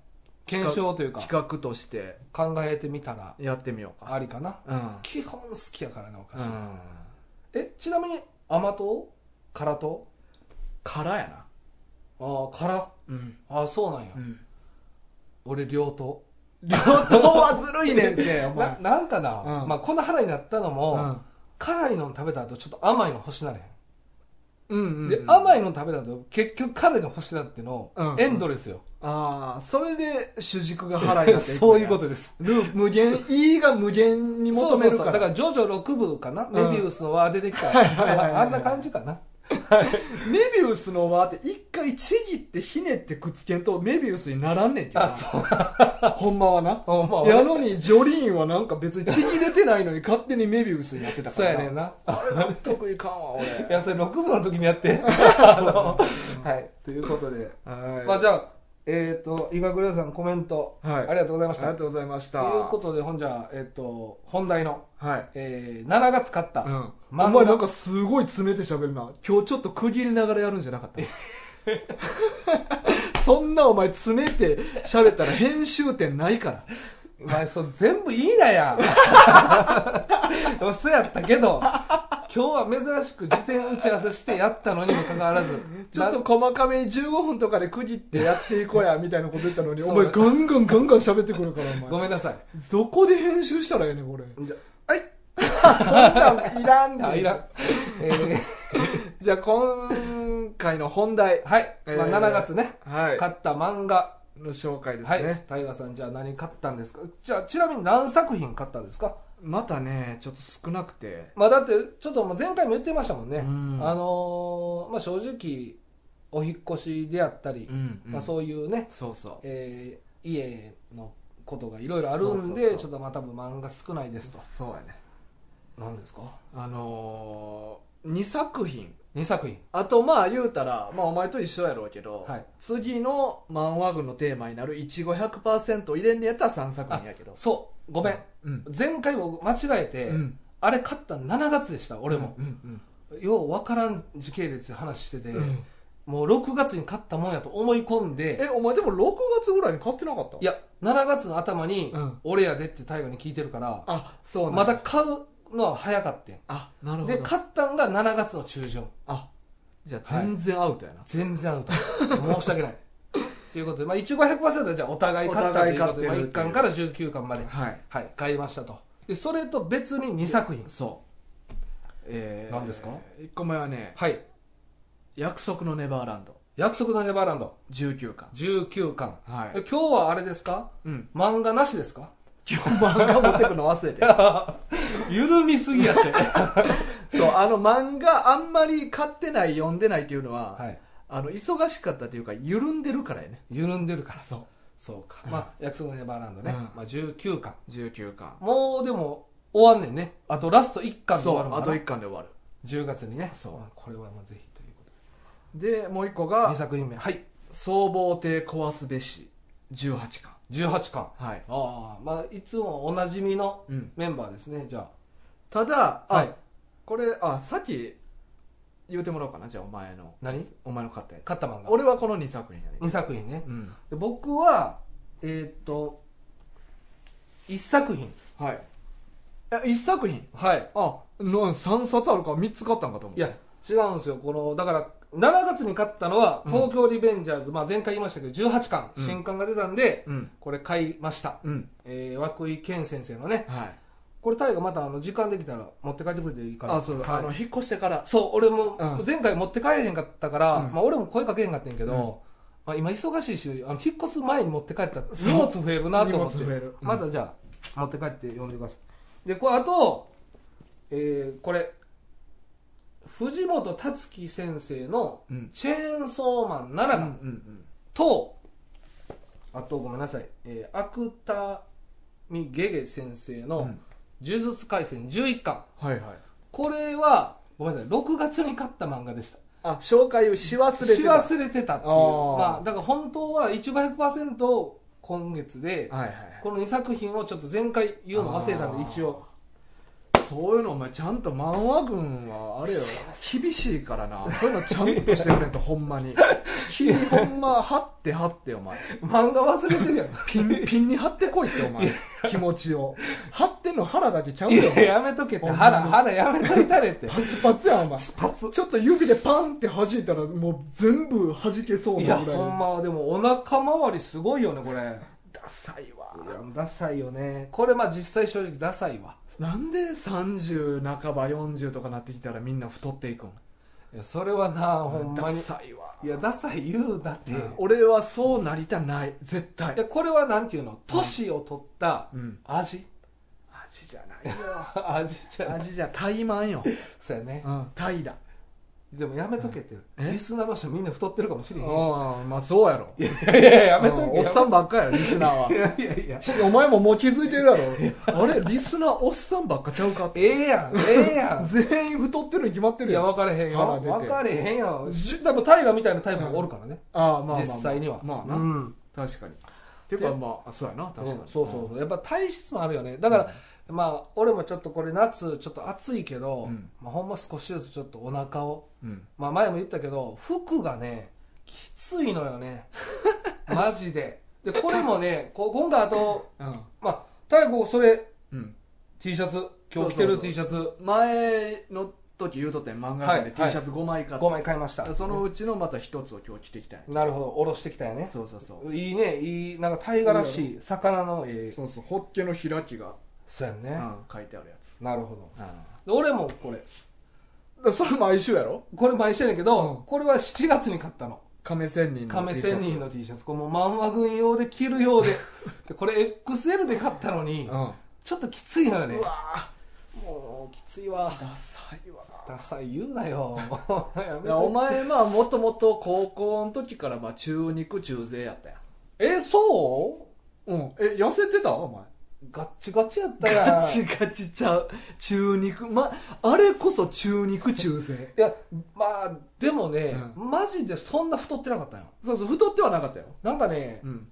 [SPEAKER 2] 検証というか
[SPEAKER 1] 企画として
[SPEAKER 2] 考えてみたら
[SPEAKER 1] やってみようか
[SPEAKER 2] ありかな
[SPEAKER 1] うん
[SPEAKER 2] 基本好きやからなお菓
[SPEAKER 1] う
[SPEAKER 2] 子、
[SPEAKER 1] ん
[SPEAKER 2] えちなみに甘党辛党
[SPEAKER 1] 空やな
[SPEAKER 2] ああ辛
[SPEAKER 1] うん
[SPEAKER 2] ああそうなんや、
[SPEAKER 1] うん
[SPEAKER 2] 俺 <laughs> 両党
[SPEAKER 1] 両党はずるいねんってお
[SPEAKER 2] な
[SPEAKER 1] 前
[SPEAKER 2] なんかな、
[SPEAKER 1] うん
[SPEAKER 2] まあこの腹になったのも、
[SPEAKER 1] うん
[SPEAKER 2] 辛いの食べた後ちょっと甘いの欲しなれへ
[SPEAKER 1] う
[SPEAKER 2] ん
[SPEAKER 1] んうん
[SPEAKER 2] で、
[SPEAKER 1] い
[SPEAKER 2] 甘いの食べたと結局彼の星だっての、
[SPEAKER 1] うん
[SPEAKER 2] エンドレスよ。
[SPEAKER 1] ああそれで主軸が腹になっていくんや
[SPEAKER 2] <laughs> そういうことです。
[SPEAKER 1] ループ無限 E が無限に求めるか
[SPEAKER 2] そうそうそう
[SPEAKER 1] ら
[SPEAKER 2] だから、ジョジョ6部かな、
[SPEAKER 1] ん
[SPEAKER 2] メビウスのは出てきた。
[SPEAKER 1] いはいはいはい
[SPEAKER 2] あんな感じかな。
[SPEAKER 1] メビウスの輪って一回ちぎってひねってくっつけんとメビウスにならんねんけどな
[SPEAKER 2] あ、そう。
[SPEAKER 1] ほんまはな
[SPEAKER 2] ほんまは
[SPEAKER 1] やのにジョリーンはなんか別にちぎれてないのに勝手にメビウスになってたか
[SPEAKER 2] そう
[SPEAKER 1] ら
[SPEAKER 2] やね
[SPEAKER 1] <laughs>
[SPEAKER 2] んな。
[SPEAKER 1] 納得いかんわ俺
[SPEAKER 2] いや、それ6部の時に
[SPEAKER 1] <laughs>
[SPEAKER 2] やって。あの、 <laughs> はい。ということで。
[SPEAKER 1] はい
[SPEAKER 2] まあじゃあ、えっ、と、医学療さんコメント、
[SPEAKER 1] はい
[SPEAKER 2] ありがとうございまし
[SPEAKER 1] あり
[SPEAKER 2] た。
[SPEAKER 1] がとうございました
[SPEAKER 2] ということで、ほんじゃあ、えっ、と、本題の、
[SPEAKER 1] はい
[SPEAKER 2] えー、7が使った、
[SPEAKER 1] うん、
[SPEAKER 2] 漫画
[SPEAKER 1] お前なんかすごい詰めて喋るな今日ちょっと区切りながらやるんじゃなかっ
[SPEAKER 2] <laughs>
[SPEAKER 1] たそんなお前詰めて喋ったら編集点ないから
[SPEAKER 2] お前、そう、全部いいなや。そうやったけど、今日は珍しく事前打ち合わせしてやったのにもかかわらず、
[SPEAKER 1] ちょっと細かめに15分とかで区切ってやっていこうやみたいなこと言ったのに
[SPEAKER 2] そう
[SPEAKER 1] お前ガンガンガンガン喋ってくるからお
[SPEAKER 2] なご
[SPEAKER 1] 前
[SPEAKER 2] めんなさい。
[SPEAKER 1] どこで編集したらええねんこれ
[SPEAKER 2] じゃあ、はい。
[SPEAKER 1] いらん
[SPEAKER 2] <laughs> あ、いらん。えー
[SPEAKER 1] じゃあ今回の本題
[SPEAKER 2] はい。
[SPEAKER 1] えー
[SPEAKER 2] まあ、7月ね、
[SPEAKER 1] はい
[SPEAKER 2] 買った漫画、
[SPEAKER 1] の紹介です
[SPEAKER 2] は
[SPEAKER 1] ね、
[SPEAKER 2] い。タイガーさん、じゃあ何買ったんですかじゃあ、ちなみに何作品買ったんですか
[SPEAKER 1] またねちょっと少なくて
[SPEAKER 2] まあ、だって、ちょっともう前回も言ってましたもんね。
[SPEAKER 1] うん
[SPEAKER 2] あのーまあ、正直、お引っ越しであったり、
[SPEAKER 1] うん、うん
[SPEAKER 2] まあ、そういうね、
[SPEAKER 1] そうそう
[SPEAKER 2] えー家のことがいろいろある
[SPEAKER 1] そうそ
[SPEAKER 2] んで、
[SPEAKER 1] うそう
[SPEAKER 2] ちょっとまあ、多分漫画少ないですと。
[SPEAKER 1] そうやね
[SPEAKER 2] 何ですか
[SPEAKER 1] あのー、2作品
[SPEAKER 2] ?2 作品。
[SPEAKER 1] あとまあ言うたら、まあ、お前と一緒やろうけど、
[SPEAKER 2] はい
[SPEAKER 1] 次の漫画群のテーマになるいちご100%入れんでやったら3作品やけど
[SPEAKER 2] そう、ごめん。
[SPEAKER 1] うん
[SPEAKER 2] 前回僕間違えて、
[SPEAKER 1] うん
[SPEAKER 2] あれ買ったの7月でした、俺も。
[SPEAKER 1] うんうん
[SPEAKER 2] よう分からん時系列で話してて、
[SPEAKER 1] うんうん
[SPEAKER 2] もう6月に買ったもんやと思い込んで、
[SPEAKER 1] えお前でも6月ぐらいに買ってなかった
[SPEAKER 2] いや、7月の頭に
[SPEAKER 1] うん、
[SPEAKER 2] 俺やでって大河に聞いてるから、
[SPEAKER 1] あそうなん
[SPEAKER 2] まだ買うのは早かってん。
[SPEAKER 1] あなるほど
[SPEAKER 2] で、買ったんが7月の中旬。
[SPEAKER 1] あじゃあ全然アウトやな、
[SPEAKER 2] 全然アウト。申し訳ない。 <laughs> ということで、まあ、一応100%はじゃあお互い買ったということで、
[SPEAKER 1] お
[SPEAKER 2] まあ、
[SPEAKER 1] 互い買ってる
[SPEAKER 2] 1巻から19巻まで、
[SPEAKER 1] はい
[SPEAKER 2] はい、買いましたと。で、それと別に2作品。
[SPEAKER 1] そうえ
[SPEAKER 2] 何ですか
[SPEAKER 1] ?1 個目はね
[SPEAKER 2] はい。
[SPEAKER 1] 「約束のネバーランド
[SPEAKER 2] 約束のネバーランド、」
[SPEAKER 1] 19巻
[SPEAKER 2] 19巻。
[SPEAKER 1] は
[SPEAKER 2] え
[SPEAKER 1] い、
[SPEAKER 2] 今日はあれですか
[SPEAKER 1] うん、
[SPEAKER 2] 漫画なしですか
[SPEAKER 1] 今日漫画持ってくの忘れて
[SPEAKER 2] 緩みすぎ
[SPEAKER 1] <laughs>
[SPEAKER 2] やって。
[SPEAKER 1] そうあの漫画あんまり買ってない読んでないっていうのは、
[SPEAKER 2] はい。
[SPEAKER 1] あの忙しかったっていうか緩んでるからやね
[SPEAKER 2] 緩んでるから。
[SPEAKER 1] そ
[SPEAKER 2] そうか。
[SPEAKER 1] うん
[SPEAKER 2] まあ、約束のネバーランドね。
[SPEAKER 1] うん
[SPEAKER 2] まあ、19巻。
[SPEAKER 1] う19巻
[SPEAKER 2] もうでも、終わんねんね。あとラスト1巻で終
[SPEAKER 1] そ
[SPEAKER 2] わる
[SPEAKER 1] う
[SPEAKER 2] もん
[SPEAKER 1] あ
[SPEAKER 2] な
[SPEAKER 1] と1巻で終わる
[SPEAKER 2] 10月にね。
[SPEAKER 1] そう
[SPEAKER 2] まあこれはまあぜひということで。
[SPEAKER 1] でもう1個
[SPEAKER 2] 2
[SPEAKER 1] が
[SPEAKER 2] 作品目。はい。
[SPEAKER 1] 「総合艇壊すべし」18巻
[SPEAKER 2] 18巻。
[SPEAKER 1] はい、
[SPEAKER 2] ああ、まあ、いつもおなじみの
[SPEAKER 1] うん、
[SPEAKER 2] メンバーですね、じゃ
[SPEAKER 1] ただ
[SPEAKER 2] あ。
[SPEAKER 1] あ、
[SPEAKER 2] はい。
[SPEAKER 1] これあさっき言うてもらおうかなじゃあお前の
[SPEAKER 2] 何
[SPEAKER 1] お前の買ったやつ
[SPEAKER 2] 買った漫画。
[SPEAKER 1] 俺はこの2作品やね
[SPEAKER 2] 2作品ね。
[SPEAKER 1] うん
[SPEAKER 2] で僕は、えーっと、1作品。
[SPEAKER 1] はい1作品
[SPEAKER 2] はい。
[SPEAKER 1] あな3冊あるから3つ買ったんかと思う
[SPEAKER 2] いや、違うんですよ。この、だから、7月に買ったのは、
[SPEAKER 1] うん
[SPEAKER 2] 東京リベンジャーズ、まあ前回言いましたけど、18巻、
[SPEAKER 1] うん
[SPEAKER 2] 新刊が出たんで、
[SPEAKER 1] うん
[SPEAKER 2] これ買いました。
[SPEAKER 1] うん
[SPEAKER 2] えー、涌井健先生のね、
[SPEAKER 1] はい
[SPEAKER 2] これタイがまたあの時間できたら持って帰ってくれていいから
[SPEAKER 1] あそう、
[SPEAKER 2] はい
[SPEAKER 1] あの引っ越してから
[SPEAKER 2] そう俺も
[SPEAKER 1] うん
[SPEAKER 2] 前回持って帰れへんかったから、
[SPEAKER 1] うん
[SPEAKER 2] まあ、俺も声かけへんかったんやけど、
[SPEAKER 1] うん
[SPEAKER 2] まあ、今忙しいしあの引っ越す前に持って帰ったら
[SPEAKER 1] そう
[SPEAKER 2] 荷物増えるなと思って
[SPEAKER 1] 荷物増えるうん
[SPEAKER 2] またじゃあ持って帰って読んでくださいでこれあと、えーこれ藤本達樹先生の
[SPEAKER 1] うん
[SPEAKER 2] 「チェーンソーマン7が」
[SPEAKER 1] うんうん
[SPEAKER 2] とあとごめんなさい、えー、芥見ゲゲ先生
[SPEAKER 1] うんう
[SPEAKER 2] の
[SPEAKER 1] ん
[SPEAKER 2] 「呪術廻戦11巻」
[SPEAKER 1] はいはい
[SPEAKER 2] これは、ごめんなさい、6月に買った漫画でした。
[SPEAKER 1] あ紹介をし忘れて
[SPEAKER 2] した忘れてたっていう。
[SPEAKER 1] あー
[SPEAKER 2] まあ、だから本当は一番100%を今月で、
[SPEAKER 1] はいはいはい
[SPEAKER 2] この2作品をちょっと前回言うの忘れたん
[SPEAKER 1] あ
[SPEAKER 2] で、
[SPEAKER 1] ー
[SPEAKER 2] 一応。
[SPEAKER 1] そういうのお前ちゃんと漫画軍はあれよ厳しいからなそういうのちゃんとしてくれんとほん
[SPEAKER 2] <laughs>
[SPEAKER 1] まに君ほんま張って張ってお前
[SPEAKER 2] 漫画忘れてるやん。
[SPEAKER 1] ピンピンに張ってこいってお前気持ちを張ってんの腹だけちゃう
[SPEAKER 2] い
[SPEAKER 1] よお
[SPEAKER 2] や、
[SPEAKER 1] 前
[SPEAKER 2] やめとけって、
[SPEAKER 1] ほんまに
[SPEAKER 2] 腹、腹やめといたれって。
[SPEAKER 1] パ <laughs> ツパツやんお前
[SPEAKER 2] パツ。
[SPEAKER 1] ちょっと指でパンって弾いたらもう全部弾けそう
[SPEAKER 2] いや、
[SPEAKER 1] なぐらい
[SPEAKER 2] ほんま、でもお腹周りすごいよね、これ。いや、
[SPEAKER 1] ダサいわ
[SPEAKER 2] ダサいよね。これ、まあ実際正直ダサいわ。
[SPEAKER 1] なんで30半ば40とかなってきたらみんな太っていくん
[SPEAKER 2] いや、それはな、ほんま
[SPEAKER 1] ダ
[SPEAKER 2] に。
[SPEAKER 1] サいわ
[SPEAKER 2] いや、ダサい言うだって。
[SPEAKER 1] 俺はそうなりたない絶対
[SPEAKER 2] でこれはなんていうの年を取った
[SPEAKER 1] うん
[SPEAKER 2] 味、 <laughs>
[SPEAKER 1] 味じゃないよ
[SPEAKER 2] 味じゃない
[SPEAKER 1] 味じゃ怠慢よ、
[SPEAKER 2] そうやね
[SPEAKER 1] うん、怠だ
[SPEAKER 2] でもやめとけって
[SPEAKER 1] え
[SPEAKER 2] リスナーの人みんな太ってるかもしれへんい
[SPEAKER 1] うんまあそうやろ
[SPEAKER 2] やいややめとけ
[SPEAKER 1] おっさんばっかやリスナーはい
[SPEAKER 2] やいやいや
[SPEAKER 1] しお前ももう気づいてるやろあれリスナーおっさんばっかちゃうかって
[SPEAKER 2] ええやんええや
[SPEAKER 1] <laughs>
[SPEAKER 2] ん
[SPEAKER 1] 全員太ってるに決まってる
[SPEAKER 2] い
[SPEAKER 1] や
[SPEAKER 2] や
[SPEAKER 1] ん
[SPEAKER 2] 分かれへんよ
[SPEAKER 1] 腹出て
[SPEAKER 2] 分かれへんよじ多分大河みたいなタイプもおるからね、
[SPEAKER 1] ああまあまあまあ
[SPEAKER 2] 実際には
[SPEAKER 1] まあな、
[SPEAKER 2] うん
[SPEAKER 1] 確かにっていうかまあそうやな確かに、
[SPEAKER 2] うんそうそうそうやっぱ体質もあるよねだから、まあ俺もちょっとこれ夏ちょっと暑いけど、
[SPEAKER 1] うん
[SPEAKER 2] まあ、ほんま少しずつちょっとお腹を
[SPEAKER 1] うん
[SPEAKER 2] まあ前も言ったけど服がねきついの
[SPEAKER 1] <laughs>
[SPEAKER 2] よねマジででこれもねこう今回あと
[SPEAKER 1] うん
[SPEAKER 2] まあ大悟それ
[SPEAKER 1] うん、
[SPEAKER 2] T シャツ今日着て
[SPEAKER 1] そうそうそう
[SPEAKER 2] る T シャツ
[SPEAKER 1] 前の時言うとって漫画館で
[SPEAKER 2] はい
[SPEAKER 1] T シャツ5枚買って、
[SPEAKER 2] 5枚買いました
[SPEAKER 1] そのうちのまた1つを今日着てきたんや
[SPEAKER 2] なるほどおろしてきたよね
[SPEAKER 1] そうそうそう
[SPEAKER 2] いいねいいなんか大河らしい魚の絵
[SPEAKER 1] そうそうホッケの開きが、
[SPEAKER 2] そうやん
[SPEAKER 1] う
[SPEAKER 2] ね、
[SPEAKER 1] ん、書いてあるやつ、
[SPEAKER 2] なるほど
[SPEAKER 1] うん、
[SPEAKER 2] で俺もこれ
[SPEAKER 1] それ毎週やろ
[SPEAKER 2] これ毎週やねんけど、
[SPEAKER 1] うん
[SPEAKER 2] これは7月に買ったの
[SPEAKER 1] 亀仙人の
[SPEAKER 2] 亀
[SPEAKER 1] T シャツ
[SPEAKER 2] 仙人の T シャツこれもう漫画軍用で着る用ででこれ XL で買ったのに、ちょっときついのよ
[SPEAKER 1] うん、
[SPEAKER 2] ね
[SPEAKER 1] うわ
[SPEAKER 2] もうきついわ
[SPEAKER 1] ーダサいわ
[SPEAKER 2] ダサい言うなよ <laughs> や
[SPEAKER 1] い
[SPEAKER 2] め
[SPEAKER 1] やお
[SPEAKER 2] と
[SPEAKER 1] 前まあもともと高校の時からまあ中肉中背やったやん
[SPEAKER 2] えそ
[SPEAKER 1] うんえ痩せてたお前
[SPEAKER 2] うガッチガチやったやん
[SPEAKER 1] ガチガチちゃう中肉まあれこそ中肉中背
[SPEAKER 2] いやまあでもね、
[SPEAKER 1] う
[SPEAKER 2] マジでそんな太ってなかったよ
[SPEAKER 1] そうそう太ってはなかったよ
[SPEAKER 2] なんかね、
[SPEAKER 1] うん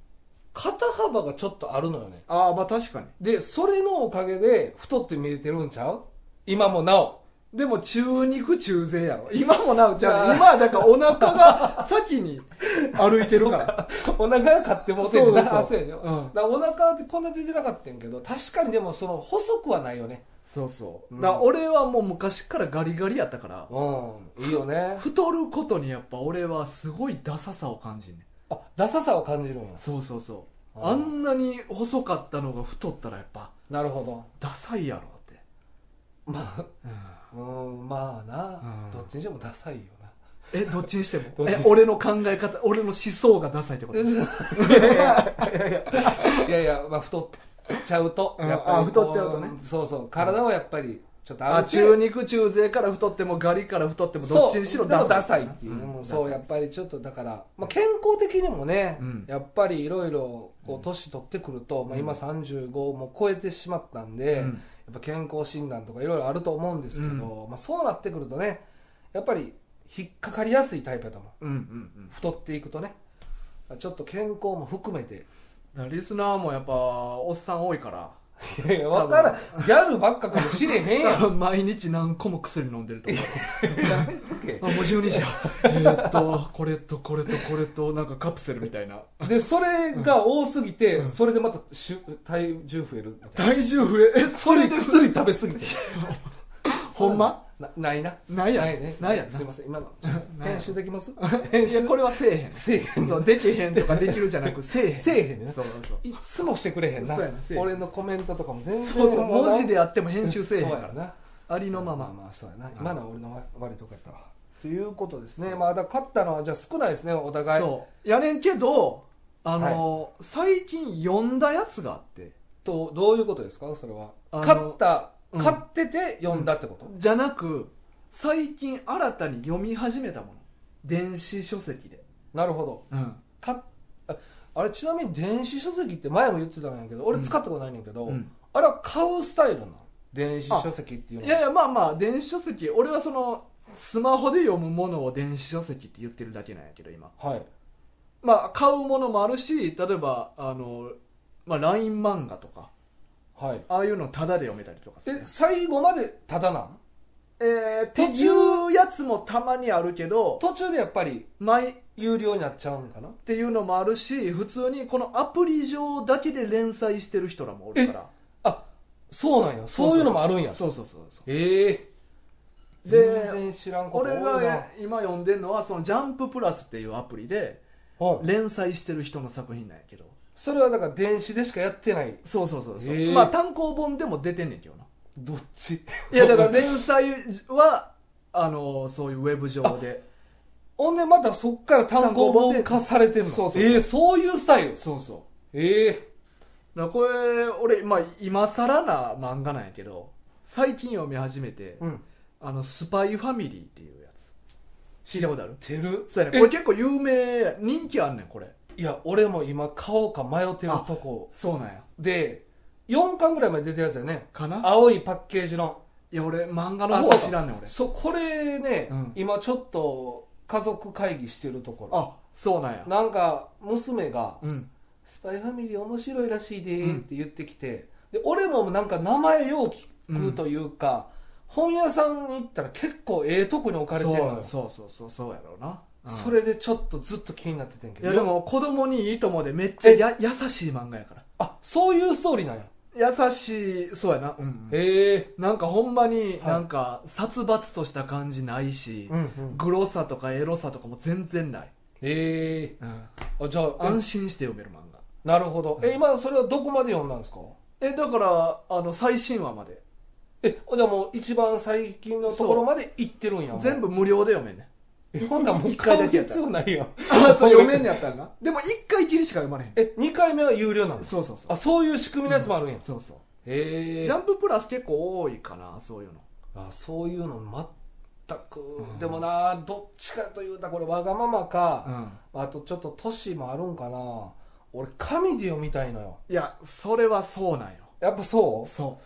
[SPEAKER 2] 肩幅がちょっとあるのよね
[SPEAKER 1] ああまあ確かに
[SPEAKER 2] でそれのおかげで太って見えてるんちゃう今もなお
[SPEAKER 1] でも中肉中背や <laughs> ろ今もなおちゃう
[SPEAKER 2] あー
[SPEAKER 1] 今はだからお腹が先に歩いて <laughs> るから
[SPEAKER 2] <laughs> お腹が買ってもうてんねんな
[SPEAKER 1] そうそうそう
[SPEAKER 2] 汗やねん
[SPEAKER 1] うん
[SPEAKER 2] だからお腹ってこんな出てなかったんやけど確かにでもその細くはないよね
[SPEAKER 1] そうそう
[SPEAKER 2] うん
[SPEAKER 1] だから俺はもう昔からガリガリやったから
[SPEAKER 2] うんいいよね
[SPEAKER 1] 太ることにやっぱ俺はすごいダサさを感じんねん
[SPEAKER 2] あダサさを感じるんや
[SPEAKER 1] そうそうそう
[SPEAKER 2] あー
[SPEAKER 1] あんなに細かったのが太ったらやっぱ
[SPEAKER 2] なるほど
[SPEAKER 1] ダサいやろって
[SPEAKER 2] まあうんまあな、
[SPEAKER 1] うん
[SPEAKER 2] どっちにしてもダサいよな
[SPEAKER 1] <laughs> えどっちにしても
[SPEAKER 2] どっ
[SPEAKER 1] <laughs>
[SPEAKER 2] ち
[SPEAKER 1] え俺の考え方俺の思想がダサいってことです
[SPEAKER 2] いや
[SPEAKER 1] <laughs>
[SPEAKER 2] いやいやいやいやまあ太っちゃうと
[SPEAKER 1] うん
[SPEAKER 2] やっぱり
[SPEAKER 1] あ太っちゃうとね
[SPEAKER 2] こそうそう体はやっぱりちょっと
[SPEAKER 1] あ
[SPEAKER 2] る程度
[SPEAKER 1] 中肉中背から太ってもガリから太っても
[SPEAKER 2] そう
[SPEAKER 1] どっちにしろ
[SPEAKER 2] で
[SPEAKER 1] ダサ
[SPEAKER 2] も
[SPEAKER 1] い
[SPEAKER 2] ダサいっていう,、もう
[SPEAKER 1] そ
[SPEAKER 2] そう
[SPEAKER 1] う
[SPEAKER 2] やっぱりちょっとだから、まあ、健康的にもね、
[SPEAKER 1] うん
[SPEAKER 2] やっぱりいろいろこう年取ってくると、まあ、今35も超えてしまったんで、
[SPEAKER 1] うん
[SPEAKER 2] やっぱ健康診断とかいろいろあると思うんですけど、まあ、そうなってくるとねやっぱり引っかかりやすいタイプやと思う
[SPEAKER 1] うんうん
[SPEAKER 2] 太っていくとねちょっと健康も含めて
[SPEAKER 1] うんだからリスナーもやっぱおっさん多いから
[SPEAKER 2] いやいや分からんギャルばっかかもしれへんや
[SPEAKER 1] <laughs>
[SPEAKER 2] ん
[SPEAKER 1] 毎日何個も薬飲んで
[SPEAKER 2] <laughs>
[SPEAKER 1] るとか
[SPEAKER 2] やめとけ
[SPEAKER 1] あもう12時やえーっとこれとこれとこれとなんかカプセルみたいな
[SPEAKER 2] <laughs> でそれが多すぎて、
[SPEAKER 1] うん
[SPEAKER 2] それでまたしゅ体重増えるみたいな
[SPEAKER 1] 体重増ええ <laughs>
[SPEAKER 2] そ
[SPEAKER 1] それで
[SPEAKER 2] れで薬食べ過ぎて
[SPEAKER 1] <laughs> ほんま
[SPEAKER 2] なないな
[SPEAKER 1] ないやん
[SPEAKER 2] ないね
[SPEAKER 1] ないやんな
[SPEAKER 2] すいません今のちょっと
[SPEAKER 1] <laughs> ないやん
[SPEAKER 2] 編集できます
[SPEAKER 1] <laughs>
[SPEAKER 2] 編
[SPEAKER 1] い
[SPEAKER 2] 集
[SPEAKER 1] やこれはせえ
[SPEAKER 2] せえへん
[SPEAKER 1] そうできへんとかできるじゃなくせえへん
[SPEAKER 2] せえへんね
[SPEAKER 1] そうそう
[SPEAKER 2] いつもしてくれへんな
[SPEAKER 1] そうやなせえへん
[SPEAKER 2] 俺のコメントとかも全然
[SPEAKER 1] そうそう文字でやっても編集せえへん
[SPEAKER 2] そう
[SPEAKER 1] か
[SPEAKER 2] や
[SPEAKER 1] ら
[SPEAKER 2] な
[SPEAKER 1] ありのま
[SPEAKER 2] そうや
[SPEAKER 1] ま
[SPEAKER 2] なまあそうやな今のは俺の悪いとこやったわということですねまあだから勝ったのはじゃあ少ないですねお互い
[SPEAKER 1] そうやねんけどあのー最近読んだやつがあって
[SPEAKER 2] とどういうことですかそれは
[SPEAKER 1] あの
[SPEAKER 2] 勝った
[SPEAKER 1] うん
[SPEAKER 2] 勝ってて読んだってこと、
[SPEAKER 1] じゃなく最近新たに読み始めたもの電子書籍で
[SPEAKER 2] なるほど
[SPEAKER 1] うん
[SPEAKER 2] かああれちなみに電子書籍って前も言ってたんやけど俺使ったことないねんけど、
[SPEAKER 1] うん
[SPEAKER 2] あれは買うスタイルなの電子書籍っていうの
[SPEAKER 1] いやいやまあまあ電子書籍俺はそのスマホで読むものを電子書籍って言ってるだけなんやけど今
[SPEAKER 2] はい
[SPEAKER 1] まあ買うものもあるし例えばあの、まあ、LINE 漫画とか
[SPEAKER 2] はい
[SPEAKER 1] ああいうのタダで読めたりとかする
[SPEAKER 2] で最後までただなん
[SPEAKER 1] えー、っていうやつもたまにあるけど
[SPEAKER 2] 途中でやっぱり
[SPEAKER 1] 毎っ
[SPEAKER 2] 有料になっちゃうんかな
[SPEAKER 1] ていうのもあるし普通にこのアプリ上だけで連載してる人らもおるから
[SPEAKER 2] あそうなんやそういうのもあるんや
[SPEAKER 1] そうそうそうそう
[SPEAKER 2] ええ
[SPEAKER 1] で
[SPEAKER 2] 全然知らんこと多い
[SPEAKER 1] 俺
[SPEAKER 2] な
[SPEAKER 1] が今読んでるのはそのジャンププラスっていうアプリで
[SPEAKER 2] うん
[SPEAKER 1] 連載してる人の作品なんやけど
[SPEAKER 2] それはだから電子でしかやってない
[SPEAKER 1] そうそうそうそう、
[SPEAKER 2] へー
[SPEAKER 1] まあ単行本でも出てんねんけどな
[SPEAKER 2] どっち
[SPEAKER 1] いやだから連載はあのそういうウェブ上で
[SPEAKER 2] <laughs> ほんでまたそっから単行本化されてんの
[SPEAKER 1] そうそう
[SPEAKER 2] ええそういうスタイル
[SPEAKER 1] そうそう
[SPEAKER 2] ええ
[SPEAKER 1] だからこれ俺、まあ、今更な漫画なんやけど最近読み始めて、
[SPEAKER 2] うん
[SPEAKER 1] あのスパイファミリーっていうやつ聞いたことある
[SPEAKER 2] てる
[SPEAKER 1] そうやねこれ結構有名や人気あんねんこれ
[SPEAKER 2] いや俺も今買おうか迷ってるとこ
[SPEAKER 1] そうなんや
[SPEAKER 2] で4巻ぐらいまで出てるやつだよね
[SPEAKER 1] かな
[SPEAKER 2] 青いパッケージの
[SPEAKER 1] いや俺漫画の方は知らんねん俺
[SPEAKER 2] そうこれね、
[SPEAKER 1] うん
[SPEAKER 2] 今ちょっと家族会議してるところ
[SPEAKER 1] あそうなんや
[SPEAKER 2] なんか娘が
[SPEAKER 1] うん
[SPEAKER 2] 「スパイファミリー面白いらしいで」って言ってきて、で俺もなんか名前よう聞くというか、本屋さんに行ったら結構ええとこに置かれてるのよ
[SPEAKER 1] そ
[SPEAKER 2] そ
[SPEAKER 1] うそうそうそうそうやろうな、うん
[SPEAKER 2] れでちょっとずっと気になっててんけ
[SPEAKER 1] い
[SPEAKER 2] ど
[SPEAKER 1] やでも子供にいいともでめっちゃや優しい漫画やから
[SPEAKER 2] あそういうストーリーなんや、
[SPEAKER 1] 優しいそうやなうんうん
[SPEAKER 2] へえ
[SPEAKER 1] なんかほんまに
[SPEAKER 2] い
[SPEAKER 1] なんか殺伐とした感じないし、
[SPEAKER 2] うんうん
[SPEAKER 1] グロさとかエロさとかも全然ない、
[SPEAKER 2] へえ
[SPEAKER 1] うん、
[SPEAKER 2] あじゃあえ
[SPEAKER 1] 安心して読める漫画
[SPEAKER 2] なるほどえ今それはどこまで読んだんですか
[SPEAKER 1] えだからあの最新話まで
[SPEAKER 2] えじゃあもう一番最近のところまで行ってるんやもう
[SPEAKER 1] 全部無料で読めんねん
[SPEAKER 2] えほんなら <laughs> もう
[SPEAKER 1] 一回
[SPEAKER 2] 買
[SPEAKER 1] だ
[SPEAKER 2] う
[SPEAKER 1] けやった
[SPEAKER 2] 必要ないやん
[SPEAKER 1] <laughs> あそう読めんねやったらなでも一回きりしか読まれへん
[SPEAKER 2] え二2回目は有料なんです
[SPEAKER 1] そうそうそう
[SPEAKER 2] あそういう仕組みのやつもあるんや、
[SPEAKER 1] そうそう
[SPEAKER 2] へえ
[SPEAKER 1] ジャンププラス結構多いかなそういうの
[SPEAKER 2] あそういうの全く、
[SPEAKER 1] ん
[SPEAKER 2] でもなどっちかというとこれわがまま
[SPEAKER 1] う
[SPEAKER 2] か、
[SPEAKER 1] ん
[SPEAKER 2] あとちょっと年もあるんかな俺紙で読みたいのよ
[SPEAKER 1] いやそれはそうなんよ
[SPEAKER 2] やっぱそう
[SPEAKER 1] そ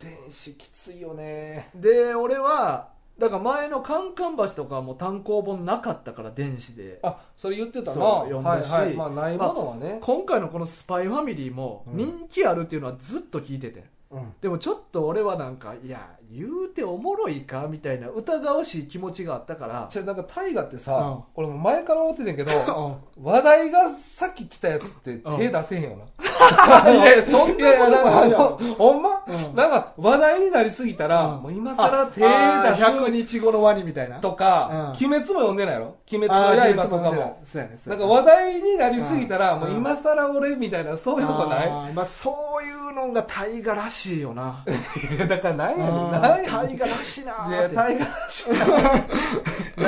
[SPEAKER 2] 電子きついよね
[SPEAKER 1] うで俺はだから前の「カンカン橋」とかはもう単行本なかったから電子で
[SPEAKER 2] あそれ言ってたな
[SPEAKER 1] そう読んだし
[SPEAKER 2] はいはいまあないものはね、
[SPEAKER 1] 今回のこの「スパイファミリーも
[SPEAKER 2] うん
[SPEAKER 1] 人気あるっていうのはずっと聞いてて、
[SPEAKER 2] うん
[SPEAKER 1] でもちょっと俺はなんかいや言うておもろいかみたいな疑わしい気持ちがあったから
[SPEAKER 2] じゃなんか大河ってさ、
[SPEAKER 1] うん
[SPEAKER 2] 俺も前から思って
[SPEAKER 1] <laughs>
[SPEAKER 2] てんけど
[SPEAKER 1] う
[SPEAKER 2] 話題がさっき来たやつって
[SPEAKER 1] うん
[SPEAKER 2] 手出せへんよ
[SPEAKER 1] <laughs>
[SPEAKER 2] な、
[SPEAKER 1] んいやいやそん
[SPEAKER 2] いや
[SPEAKER 1] な
[SPEAKER 2] いや
[SPEAKER 1] こと
[SPEAKER 2] な
[SPEAKER 1] ない
[SPEAKER 2] ん
[SPEAKER 1] や
[SPEAKER 2] かあの
[SPEAKER 1] ろ
[SPEAKER 2] ほんま、
[SPEAKER 1] うん
[SPEAKER 2] なんか話題になりすぎたら、
[SPEAKER 1] うん
[SPEAKER 2] もう今さら手出
[SPEAKER 1] あー100
[SPEAKER 2] す
[SPEAKER 1] 日後のワニみたいな
[SPEAKER 2] とか、
[SPEAKER 1] うん
[SPEAKER 2] 鬼滅も読んでないやろ鬼滅
[SPEAKER 1] あ
[SPEAKER 2] の
[SPEAKER 1] ー
[SPEAKER 2] 刃とかも。
[SPEAKER 1] そうやねそうやね
[SPEAKER 2] なんか話題になりすぎたら、
[SPEAKER 1] うん
[SPEAKER 2] もう今さら俺みたいな、そういうとこない
[SPEAKER 1] あーまあ、そういうのが大河らしいよな
[SPEAKER 2] <laughs> いやだからなんやねん、な
[SPEAKER 1] あ
[SPEAKER 2] ん
[SPEAKER 1] ー
[SPEAKER 2] やねん。
[SPEAKER 1] 大河らしいな
[SPEAKER 2] で、
[SPEAKER 1] ー
[SPEAKER 2] や、
[SPEAKER 1] って
[SPEAKER 2] タイガらしいな。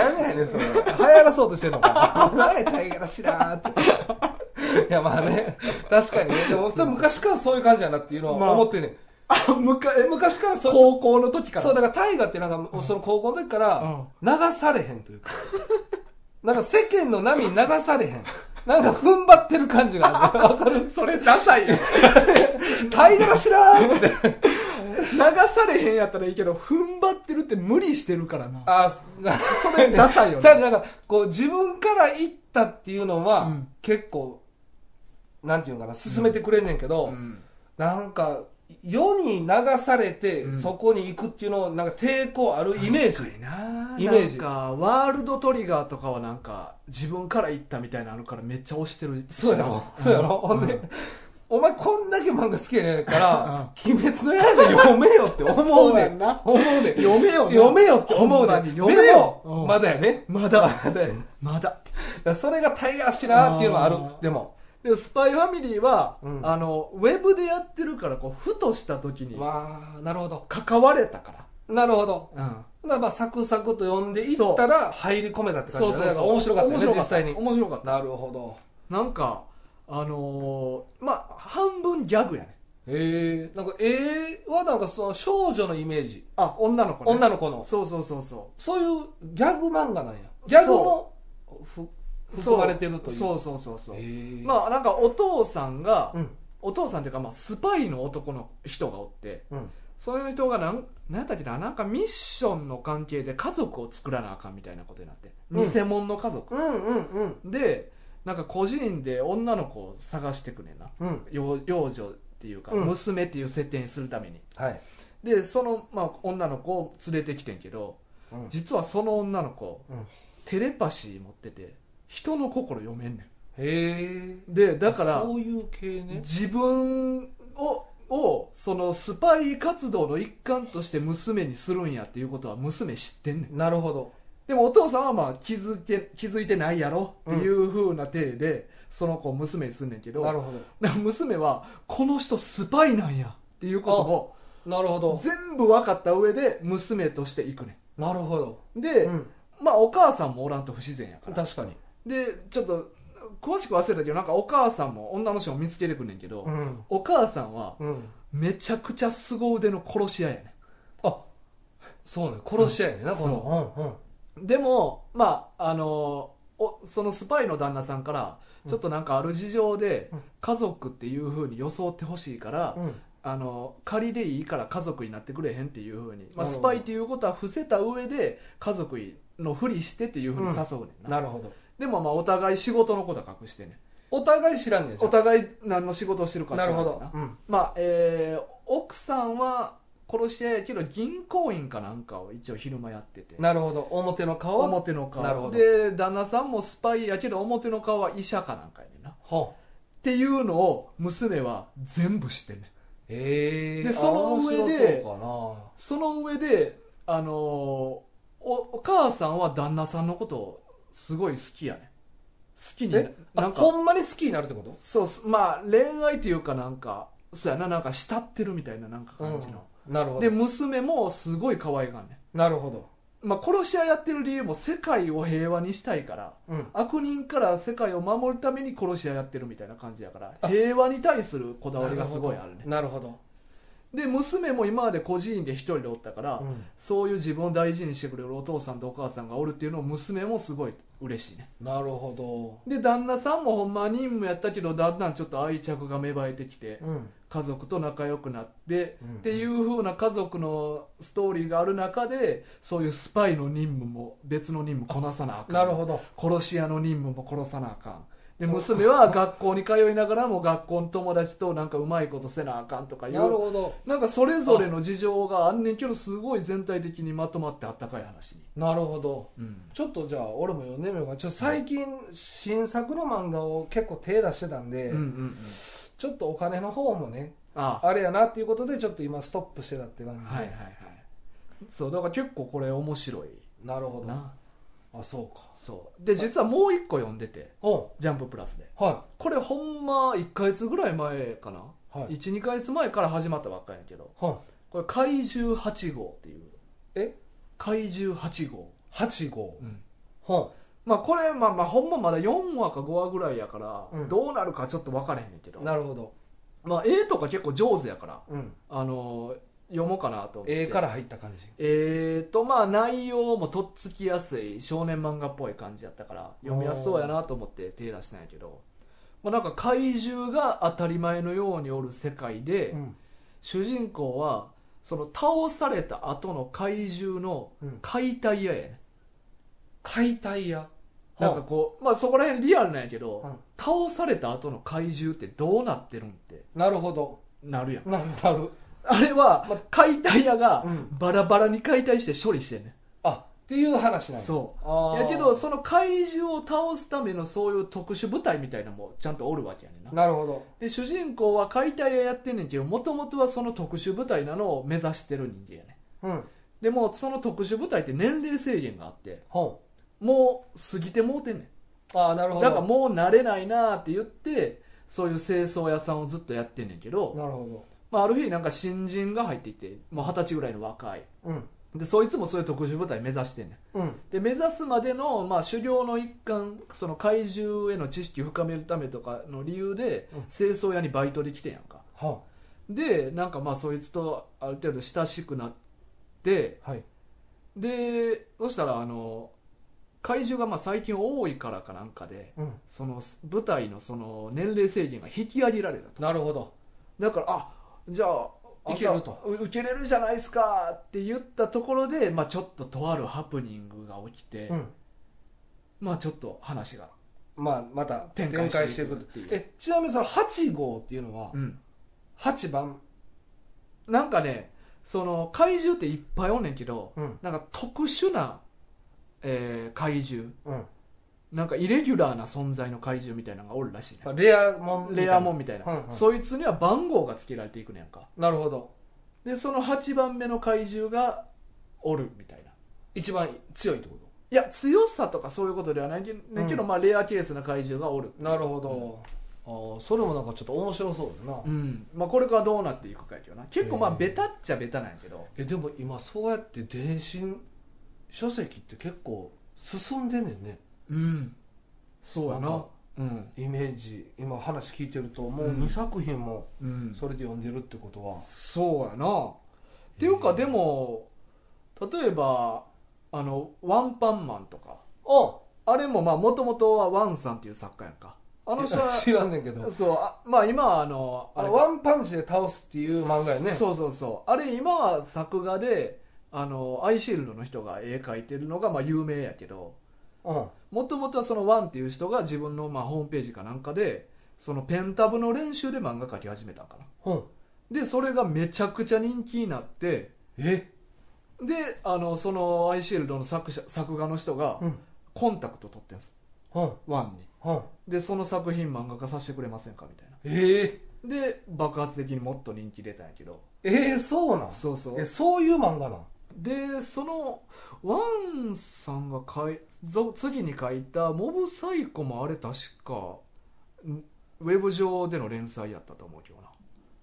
[SPEAKER 2] 何やねん、それ。流行らそうとしてんのか。何や、タイガらしいなーって。いや、まあね、確かにね。でも、それ昔からそういう感じやなっていうの
[SPEAKER 1] ま
[SPEAKER 2] は
[SPEAKER 1] あ
[SPEAKER 2] 思ってんねん。
[SPEAKER 1] あ昔
[SPEAKER 2] 昔からそういう
[SPEAKER 1] 高校の時から
[SPEAKER 2] そうだから大河ってなんかもうその高校の時から流されへんというか、なんか世間の波に流されへんなんか踏ん張ってる感じがあ
[SPEAKER 1] <laughs>
[SPEAKER 2] るわか
[SPEAKER 1] <laughs>
[SPEAKER 2] る
[SPEAKER 1] それダサいよ
[SPEAKER 2] 大河だしらーっつって
[SPEAKER 1] <laughs> 流されへんやったらいいけど踏ん張ってるって無理してるからな
[SPEAKER 2] ああ
[SPEAKER 1] それ <laughs> ダサいよ
[SPEAKER 2] じゃあ
[SPEAKER 1] ね
[SPEAKER 2] なんかこう自分から行ったっていうのは、
[SPEAKER 1] うん
[SPEAKER 2] 結構なんていうんかな進めてくれんねんけど、
[SPEAKER 1] うん
[SPEAKER 2] なんか世に流されて、
[SPEAKER 1] うん
[SPEAKER 2] そこに行くっていうのをなんか抵抗あるイメージ
[SPEAKER 1] 確かにな
[SPEAKER 2] イメージ
[SPEAKER 1] なんかワールドトリガーとかはなんか自分から行ったみたいなのあるからめっちゃ押してる
[SPEAKER 2] そうやろ、そうやろ、ほんで、お前こんだけ漫画好きやねんから、鬼滅の刃読めよって思うねん。
[SPEAKER 1] な
[SPEAKER 2] 思うねん。
[SPEAKER 1] 読めよな
[SPEAKER 2] 読めよって思
[SPEAKER 1] ほ
[SPEAKER 2] うね
[SPEAKER 1] んま
[SPEAKER 2] ん。
[SPEAKER 1] に
[SPEAKER 2] で
[SPEAKER 1] 読めよう
[SPEAKER 2] も、
[SPEAKER 1] ん
[SPEAKER 2] まだやね。
[SPEAKER 1] ま
[SPEAKER 2] ま
[SPEAKER 1] だ
[SPEAKER 2] だやね。だか
[SPEAKER 1] まだ
[SPEAKER 2] らそれが大河らしいなっていうのはある
[SPEAKER 1] あ。ー
[SPEAKER 2] でも、
[SPEAKER 1] でスパイファミリーは、
[SPEAKER 2] うん
[SPEAKER 1] あのウェブでやってるからこうふとした時に
[SPEAKER 2] まあ、なるほど。
[SPEAKER 1] 関われたか
[SPEAKER 2] なるほど。
[SPEAKER 1] ら、うん、
[SPEAKER 2] だからまあ、サクサクと読んでいったら、入り込めたって感じだねだから面白かったね、実際に。
[SPEAKER 1] 面白かった
[SPEAKER 2] なるほど。
[SPEAKER 1] なんかあのーまあ半分ギャグやね
[SPEAKER 2] ええ、なんか、ええはなんかその少女のイメージ。
[SPEAKER 1] あ女の子ね
[SPEAKER 2] 女の子の。
[SPEAKER 1] そうそうそうそ
[SPEAKER 2] そういうギャグ漫画なんや。ギャグもふ
[SPEAKER 1] う
[SPEAKER 2] 含まれてるという。
[SPEAKER 1] そうそうそうそうそう、
[SPEAKER 2] まあ、
[SPEAKER 1] まあなんかお父さんが、
[SPEAKER 2] うん。
[SPEAKER 1] お父さんっていうか、まあ、スパイの男の人がおって
[SPEAKER 2] うん。
[SPEAKER 1] その人がなんなんやったっけななんかミッションの関係で家族を作らなあかんみたいなことになって
[SPEAKER 2] うん
[SPEAKER 1] 偽物の家族、
[SPEAKER 2] うんうん
[SPEAKER 1] でなんか個人で女の子を探してくねんな
[SPEAKER 2] うん。うん。
[SPEAKER 1] 養養女っていうか、
[SPEAKER 2] うん
[SPEAKER 1] 娘っていう設定にするために
[SPEAKER 2] はい。
[SPEAKER 1] でその、まあ、女の子を連れてきてんけど
[SPEAKER 2] うん
[SPEAKER 1] 実はその女の子、
[SPEAKER 2] うん
[SPEAKER 1] テレパシー持ってて人の心読めんね
[SPEAKER 2] へえ。
[SPEAKER 1] んでだから
[SPEAKER 2] そういう系ね。
[SPEAKER 1] 自分ををそのスパイ活動の一環として娘にするんやっていうことは娘知ってんねん
[SPEAKER 2] なるほど。
[SPEAKER 1] でもお父さんはまあ気づけ気づいてないやろっていうふうな体で、その子を娘にすんねんけど
[SPEAKER 2] なるほ
[SPEAKER 1] だから娘はこの人スパイなんやっていうこ
[SPEAKER 2] ど。なるほ
[SPEAKER 1] とも
[SPEAKER 2] ど。
[SPEAKER 1] 全部分かった上で娘として行くね
[SPEAKER 2] なるほど。
[SPEAKER 1] んで、
[SPEAKER 2] うん。
[SPEAKER 1] まあお母さんもおらんと不自然やから
[SPEAKER 2] 確かに。
[SPEAKER 1] でちょっと詳しく忘れたけどなんかお母さんも女の人も見つけてくんねんけど、
[SPEAKER 2] ん。
[SPEAKER 1] お母さんは
[SPEAKER 2] うん。
[SPEAKER 1] めちゃくちゃ凄腕の殺し屋やねん
[SPEAKER 2] あ、そうね。殺し合いねな、この。うんうん。
[SPEAKER 1] でもまああのおそのスパイの旦那さんから
[SPEAKER 2] うん
[SPEAKER 1] ちょっとなんかある事情で
[SPEAKER 2] うん
[SPEAKER 1] 家族っていうふうに装ってほしいから、
[SPEAKER 2] うん
[SPEAKER 1] あの仮でいいから家族になってくれへんっていうふうに、まあ、
[SPEAKER 2] なる
[SPEAKER 1] ス
[SPEAKER 2] ほど
[SPEAKER 1] パイっていうことは伏せた上で家族のふりしてっていうふうに誘うねんな、
[SPEAKER 2] なるほど
[SPEAKER 1] でもまあお互い仕事のことは隠してね
[SPEAKER 2] お互い知らんねんじゃ
[SPEAKER 1] お
[SPEAKER 2] ん
[SPEAKER 1] 互い何の仕事をしてるか知ら
[SPEAKER 2] なる
[SPEAKER 1] んね
[SPEAKER 2] ほ
[SPEAKER 1] ん
[SPEAKER 2] ど、うん
[SPEAKER 1] まあえー奥さんは殺し屋やけど銀行員かなんかを一応昼間やってて
[SPEAKER 2] なるほど表の顔は
[SPEAKER 1] 表の顔
[SPEAKER 2] なるほど
[SPEAKER 1] で旦那さんもスパイやけど表の顔は医者かなんかやねんなっ
[SPEAKER 2] ほう
[SPEAKER 1] ていうのを娘は全部知ってんねん
[SPEAKER 2] ええ
[SPEAKER 1] でその上で
[SPEAKER 2] そうかな
[SPEAKER 1] その上で、あのーおお母さんは旦那さんのことをすごい好きやね好きに
[SPEAKER 2] え
[SPEAKER 1] な
[SPEAKER 2] あ
[SPEAKER 1] んか
[SPEAKER 2] ほんまに好きになるってこと
[SPEAKER 1] そうすまあ恋愛というかなんかそうやななんか慕ってるみたいななんか感じの、
[SPEAKER 2] うんなるほ
[SPEAKER 1] で
[SPEAKER 2] ど
[SPEAKER 1] 娘もすごい可愛がんね
[SPEAKER 2] なるほど
[SPEAKER 1] ん、まあ、殺し屋やってる理由も世界を平和にしたいから
[SPEAKER 2] うん
[SPEAKER 1] 悪人から世界を守るために殺し屋やってるみたいな感じやから
[SPEAKER 2] あ
[SPEAKER 1] 平和に対するこだわりがすごいあるね
[SPEAKER 2] なるほど
[SPEAKER 1] で娘も今まで孤児院で一人でおったから、
[SPEAKER 2] うん
[SPEAKER 1] そういう自分を大事にしてくれるお父さんとお母さんがおるっていうのを娘もすごい嬉しいね
[SPEAKER 2] なるほ
[SPEAKER 1] で旦那さんもほんま任務やったけどだんだんちょっと愛着が芽生えてきて
[SPEAKER 2] どうん
[SPEAKER 1] 家族と仲良くなって、
[SPEAKER 2] うん
[SPEAKER 1] っていう風な家族のストーリーがある中でそういうスパイの任務も別の任務こなさなあかん
[SPEAKER 2] なるほど
[SPEAKER 1] 殺し屋の任務も殺さなあかんで娘は学校に通いながらも学校の友達となんかうまいことせなあかんとかい
[SPEAKER 2] なる
[SPEAKER 1] う
[SPEAKER 2] ほど
[SPEAKER 1] なんかそれぞれの事情があんねんけどすごい全体的にまとまってあったかい話に、
[SPEAKER 2] なるほど
[SPEAKER 1] うん、
[SPEAKER 2] ちょっとじゃあ俺も読んでみようかなちょっと最近新作の漫画を結構手出してたんで、
[SPEAKER 1] うんうんうん
[SPEAKER 2] ちょっとお金の方もね
[SPEAKER 1] あ
[SPEAKER 2] あれやなっていうことでちょっと今ストップしてたって感じで、
[SPEAKER 1] はいはいはいそうだから結構これ面白い
[SPEAKER 2] なるほど
[SPEAKER 1] な
[SPEAKER 2] あそうか
[SPEAKER 1] そうで実はもう一個読んでて
[SPEAKER 2] お
[SPEAKER 1] 「ジャンププラスで
[SPEAKER 2] は
[SPEAKER 1] これほんま1ヶ月ぐらい前かな、
[SPEAKER 2] いはい
[SPEAKER 1] 12ヶ月前から始まったばっかりやけど
[SPEAKER 2] は
[SPEAKER 1] これ「怪獣8号」っていう
[SPEAKER 2] え
[SPEAKER 1] 怪獣8号、
[SPEAKER 2] 八号
[SPEAKER 1] うん
[SPEAKER 2] は
[SPEAKER 1] まあこれまあまあほんままだ4話か5話ぐらいやから、
[SPEAKER 2] うん
[SPEAKER 1] どうなるかちょっと分からへんねんけど
[SPEAKER 2] なるほど、
[SPEAKER 1] まあ、絵とか結構上手やから、
[SPEAKER 2] うん、
[SPEAKER 1] あの読もうかなと思って
[SPEAKER 2] 絵から入った感じ
[SPEAKER 1] えーとまあ内容もとっつきやすい少年漫画っぽい感じやったから読みやすそうやなと思って手出したんやけど、まあ、なんか怪獣が当たり前のようにおる世界で、
[SPEAKER 2] うん
[SPEAKER 1] 主人公はその倒された後の怪獣の
[SPEAKER 2] うん
[SPEAKER 1] 解体屋やね、
[SPEAKER 2] 解体屋
[SPEAKER 1] なんかこう、まあ、そこら辺リアルなんやけど、
[SPEAKER 2] うん
[SPEAKER 1] 倒された後の怪獣ってどうなってるんって
[SPEAKER 2] なるほど
[SPEAKER 1] なるやん
[SPEAKER 2] なるなる
[SPEAKER 1] あれは
[SPEAKER 2] ま
[SPEAKER 1] 解体屋が
[SPEAKER 2] うん
[SPEAKER 1] バラバラに解体して処理してんね
[SPEAKER 2] あっていう話なんや
[SPEAKER 1] そう
[SPEAKER 2] あー
[SPEAKER 1] やけどその怪獣を倒すためのそういう特殊部隊みたいなのもちゃんとおるわけやねんな
[SPEAKER 2] なるほど
[SPEAKER 1] で主人公は解体屋やってんねんけどもともとはその特殊部隊なのを目指してる人間やね
[SPEAKER 2] うん
[SPEAKER 1] でもその特殊部隊って年齢制限があって
[SPEAKER 2] ほ
[SPEAKER 1] もう過ぎてもうてんね
[SPEAKER 2] うああなる
[SPEAKER 1] ん
[SPEAKER 2] ほど
[SPEAKER 1] だからもう慣れないなーって言ってそういう清掃屋さんをずっとやってんねんけど、
[SPEAKER 2] なるほ
[SPEAKER 1] まあ、ある日なんか新人が入ってきてもう二十歳ぐらいの若い
[SPEAKER 2] どうん
[SPEAKER 1] でそいつもそういう特殊部隊目指してんねん
[SPEAKER 2] うん
[SPEAKER 1] で目指すまでの、まあ、修行の一環その怪獣への知識を深めるためとかの理由で、
[SPEAKER 2] うん
[SPEAKER 1] 清掃屋にバイトで来てんやんか
[SPEAKER 2] は
[SPEAKER 1] でなんかまあそいつとある程度親しくなって
[SPEAKER 2] はい
[SPEAKER 1] でそしたらあの怪獣がまあ最近多いからかなんかで
[SPEAKER 2] うん
[SPEAKER 1] その舞台のその年齢制限が引き上げられたと
[SPEAKER 2] なるほど
[SPEAKER 1] だからあじゃああんた
[SPEAKER 2] いけると
[SPEAKER 1] う受けれるじゃないですかって言ったところで、まあ、ちょっととあるハプニングが起きて、
[SPEAKER 2] うん
[SPEAKER 1] まあちょっと話が、
[SPEAKER 2] まあまた
[SPEAKER 1] 展
[SPEAKER 2] 展
[SPEAKER 1] 開
[SPEAKER 2] 開
[SPEAKER 1] し
[SPEAKER 2] してて
[SPEAKER 1] いく
[SPEAKER 2] い
[SPEAKER 1] っ
[SPEAKER 2] くってて
[SPEAKER 1] い
[SPEAKER 2] いううえちなみにその8号っていうのは
[SPEAKER 1] うん、
[SPEAKER 2] 8番
[SPEAKER 1] なんかねその怪獣っていっぱいおんねんけど
[SPEAKER 2] うん
[SPEAKER 1] なんか特殊な、えー怪獣
[SPEAKER 2] うん
[SPEAKER 1] なんかイレギュラーな存在の怪獣みたいなのがおるらしいね
[SPEAKER 2] まあレアもん
[SPEAKER 1] レアもんみたいな、
[SPEAKER 2] うんうん
[SPEAKER 1] そいつには番号が付けられていくねんか
[SPEAKER 2] なるほど
[SPEAKER 1] でその8番目の怪獣がおるみたいな
[SPEAKER 2] 一番強いってこと
[SPEAKER 1] いや強さとかそういうことではないけど、ねんけど
[SPEAKER 2] うん
[SPEAKER 1] まあ、レアケースな怪獣がおる
[SPEAKER 2] なるほど、ああそれもなんかちょっと面白そうだな、
[SPEAKER 1] うんまあ、これからどうなっていくかやけどな結構まあ
[SPEAKER 2] へー
[SPEAKER 1] ベタっちゃベタなんやけど
[SPEAKER 2] えでも今そうやって電信書籍って結構進んでんねんね
[SPEAKER 1] うんそうや
[SPEAKER 2] な
[SPEAKER 1] なん
[SPEAKER 2] か
[SPEAKER 1] うん
[SPEAKER 2] イメージ今話聞いてるともう
[SPEAKER 1] うん
[SPEAKER 2] 2作品も
[SPEAKER 1] うん
[SPEAKER 2] それで読んでるってことは、
[SPEAKER 1] そうやなっていうかでも例えばあのワンパンマンとか
[SPEAKER 2] お
[SPEAKER 1] あれもまあもともとはワンさんっていう作家やんかあ
[SPEAKER 2] あ
[SPEAKER 1] の
[SPEAKER 2] の
[SPEAKER 1] 人
[SPEAKER 2] 人
[SPEAKER 1] は
[SPEAKER 2] は <laughs> 知らんねんけど
[SPEAKER 1] そうあまあ今はあの
[SPEAKER 2] あ
[SPEAKER 1] れ
[SPEAKER 2] の
[SPEAKER 1] か
[SPEAKER 2] ワンパンチで倒すっていう漫画やね
[SPEAKER 1] そうそうそうあれ今は作画であのアイシールドの人が絵描いてるのがまあ有名やけど
[SPEAKER 2] うん
[SPEAKER 1] もともとはそのワンっていう人が自分のまあホームページかなんかでそのペンタブの練習で漫画描き始めたんかな
[SPEAKER 2] うん
[SPEAKER 1] でそれがめちゃくちゃ人気になって
[SPEAKER 2] え
[SPEAKER 1] であのそのアイシールドの作者作画の人が
[SPEAKER 2] うん
[SPEAKER 1] コンタクト取ってんです
[SPEAKER 2] うん
[SPEAKER 1] ワンに
[SPEAKER 2] うん
[SPEAKER 1] でその作品漫画化させてくれませんかみたいな
[SPEAKER 2] ええ
[SPEAKER 1] で爆発的にもっと人気出たんやけど
[SPEAKER 2] ええそうなん
[SPEAKER 1] そうそう
[SPEAKER 2] えそういう漫画なん
[SPEAKER 1] でそのワンさんが書いぞ次に書いた「モブサイコ」もあれ確かんウェブ上での連載やったと思うけどな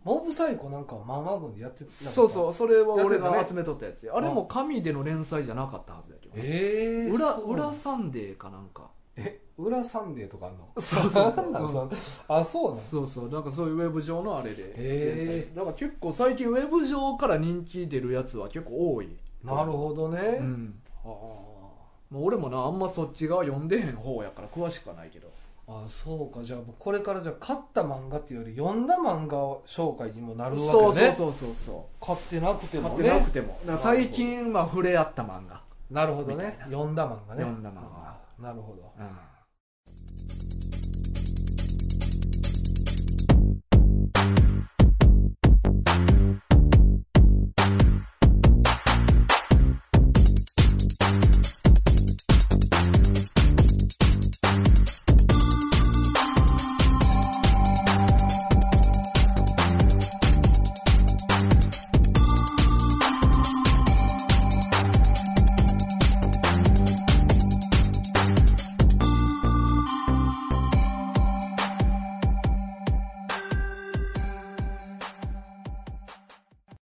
[SPEAKER 2] モブサイコなんかはママ軍でやってた
[SPEAKER 1] そうそううそれは俺
[SPEAKER 2] やってた
[SPEAKER 1] が
[SPEAKER 2] ね
[SPEAKER 1] 集めとったやつやあれも神での連載じゃなかったはずだけどな
[SPEAKER 2] ええ
[SPEAKER 1] 裏
[SPEAKER 2] そう
[SPEAKER 1] 裏サンデーかなんか
[SPEAKER 2] え裏サンデーとかあんの
[SPEAKER 1] そうそうそう
[SPEAKER 2] <laughs> なんなんそのあそうなん
[SPEAKER 1] そうそうなんかそういうウェブ上のあれで
[SPEAKER 2] へー
[SPEAKER 1] 連載してだから結構最近ウェブ上から人気出るやつは結構多い
[SPEAKER 2] なるほどね、
[SPEAKER 1] うん
[SPEAKER 2] あ
[SPEAKER 1] もう俺もなあんまそっち側読んでへん方やから詳しくはないけど
[SPEAKER 2] ああそうかじゃあこれからじゃあ買った漫画っていうより読んだ漫画紹介にもなるわけね
[SPEAKER 1] そうそうそうそうそ
[SPEAKER 2] 買ってなくて
[SPEAKER 1] う買
[SPEAKER 2] も
[SPEAKER 1] ってな
[SPEAKER 2] ね
[SPEAKER 1] くてもだから最近まあ触れ合った漫画
[SPEAKER 2] なるほどね読んだ漫画ね
[SPEAKER 1] 読んだ漫画
[SPEAKER 2] ああなるほど
[SPEAKER 1] うん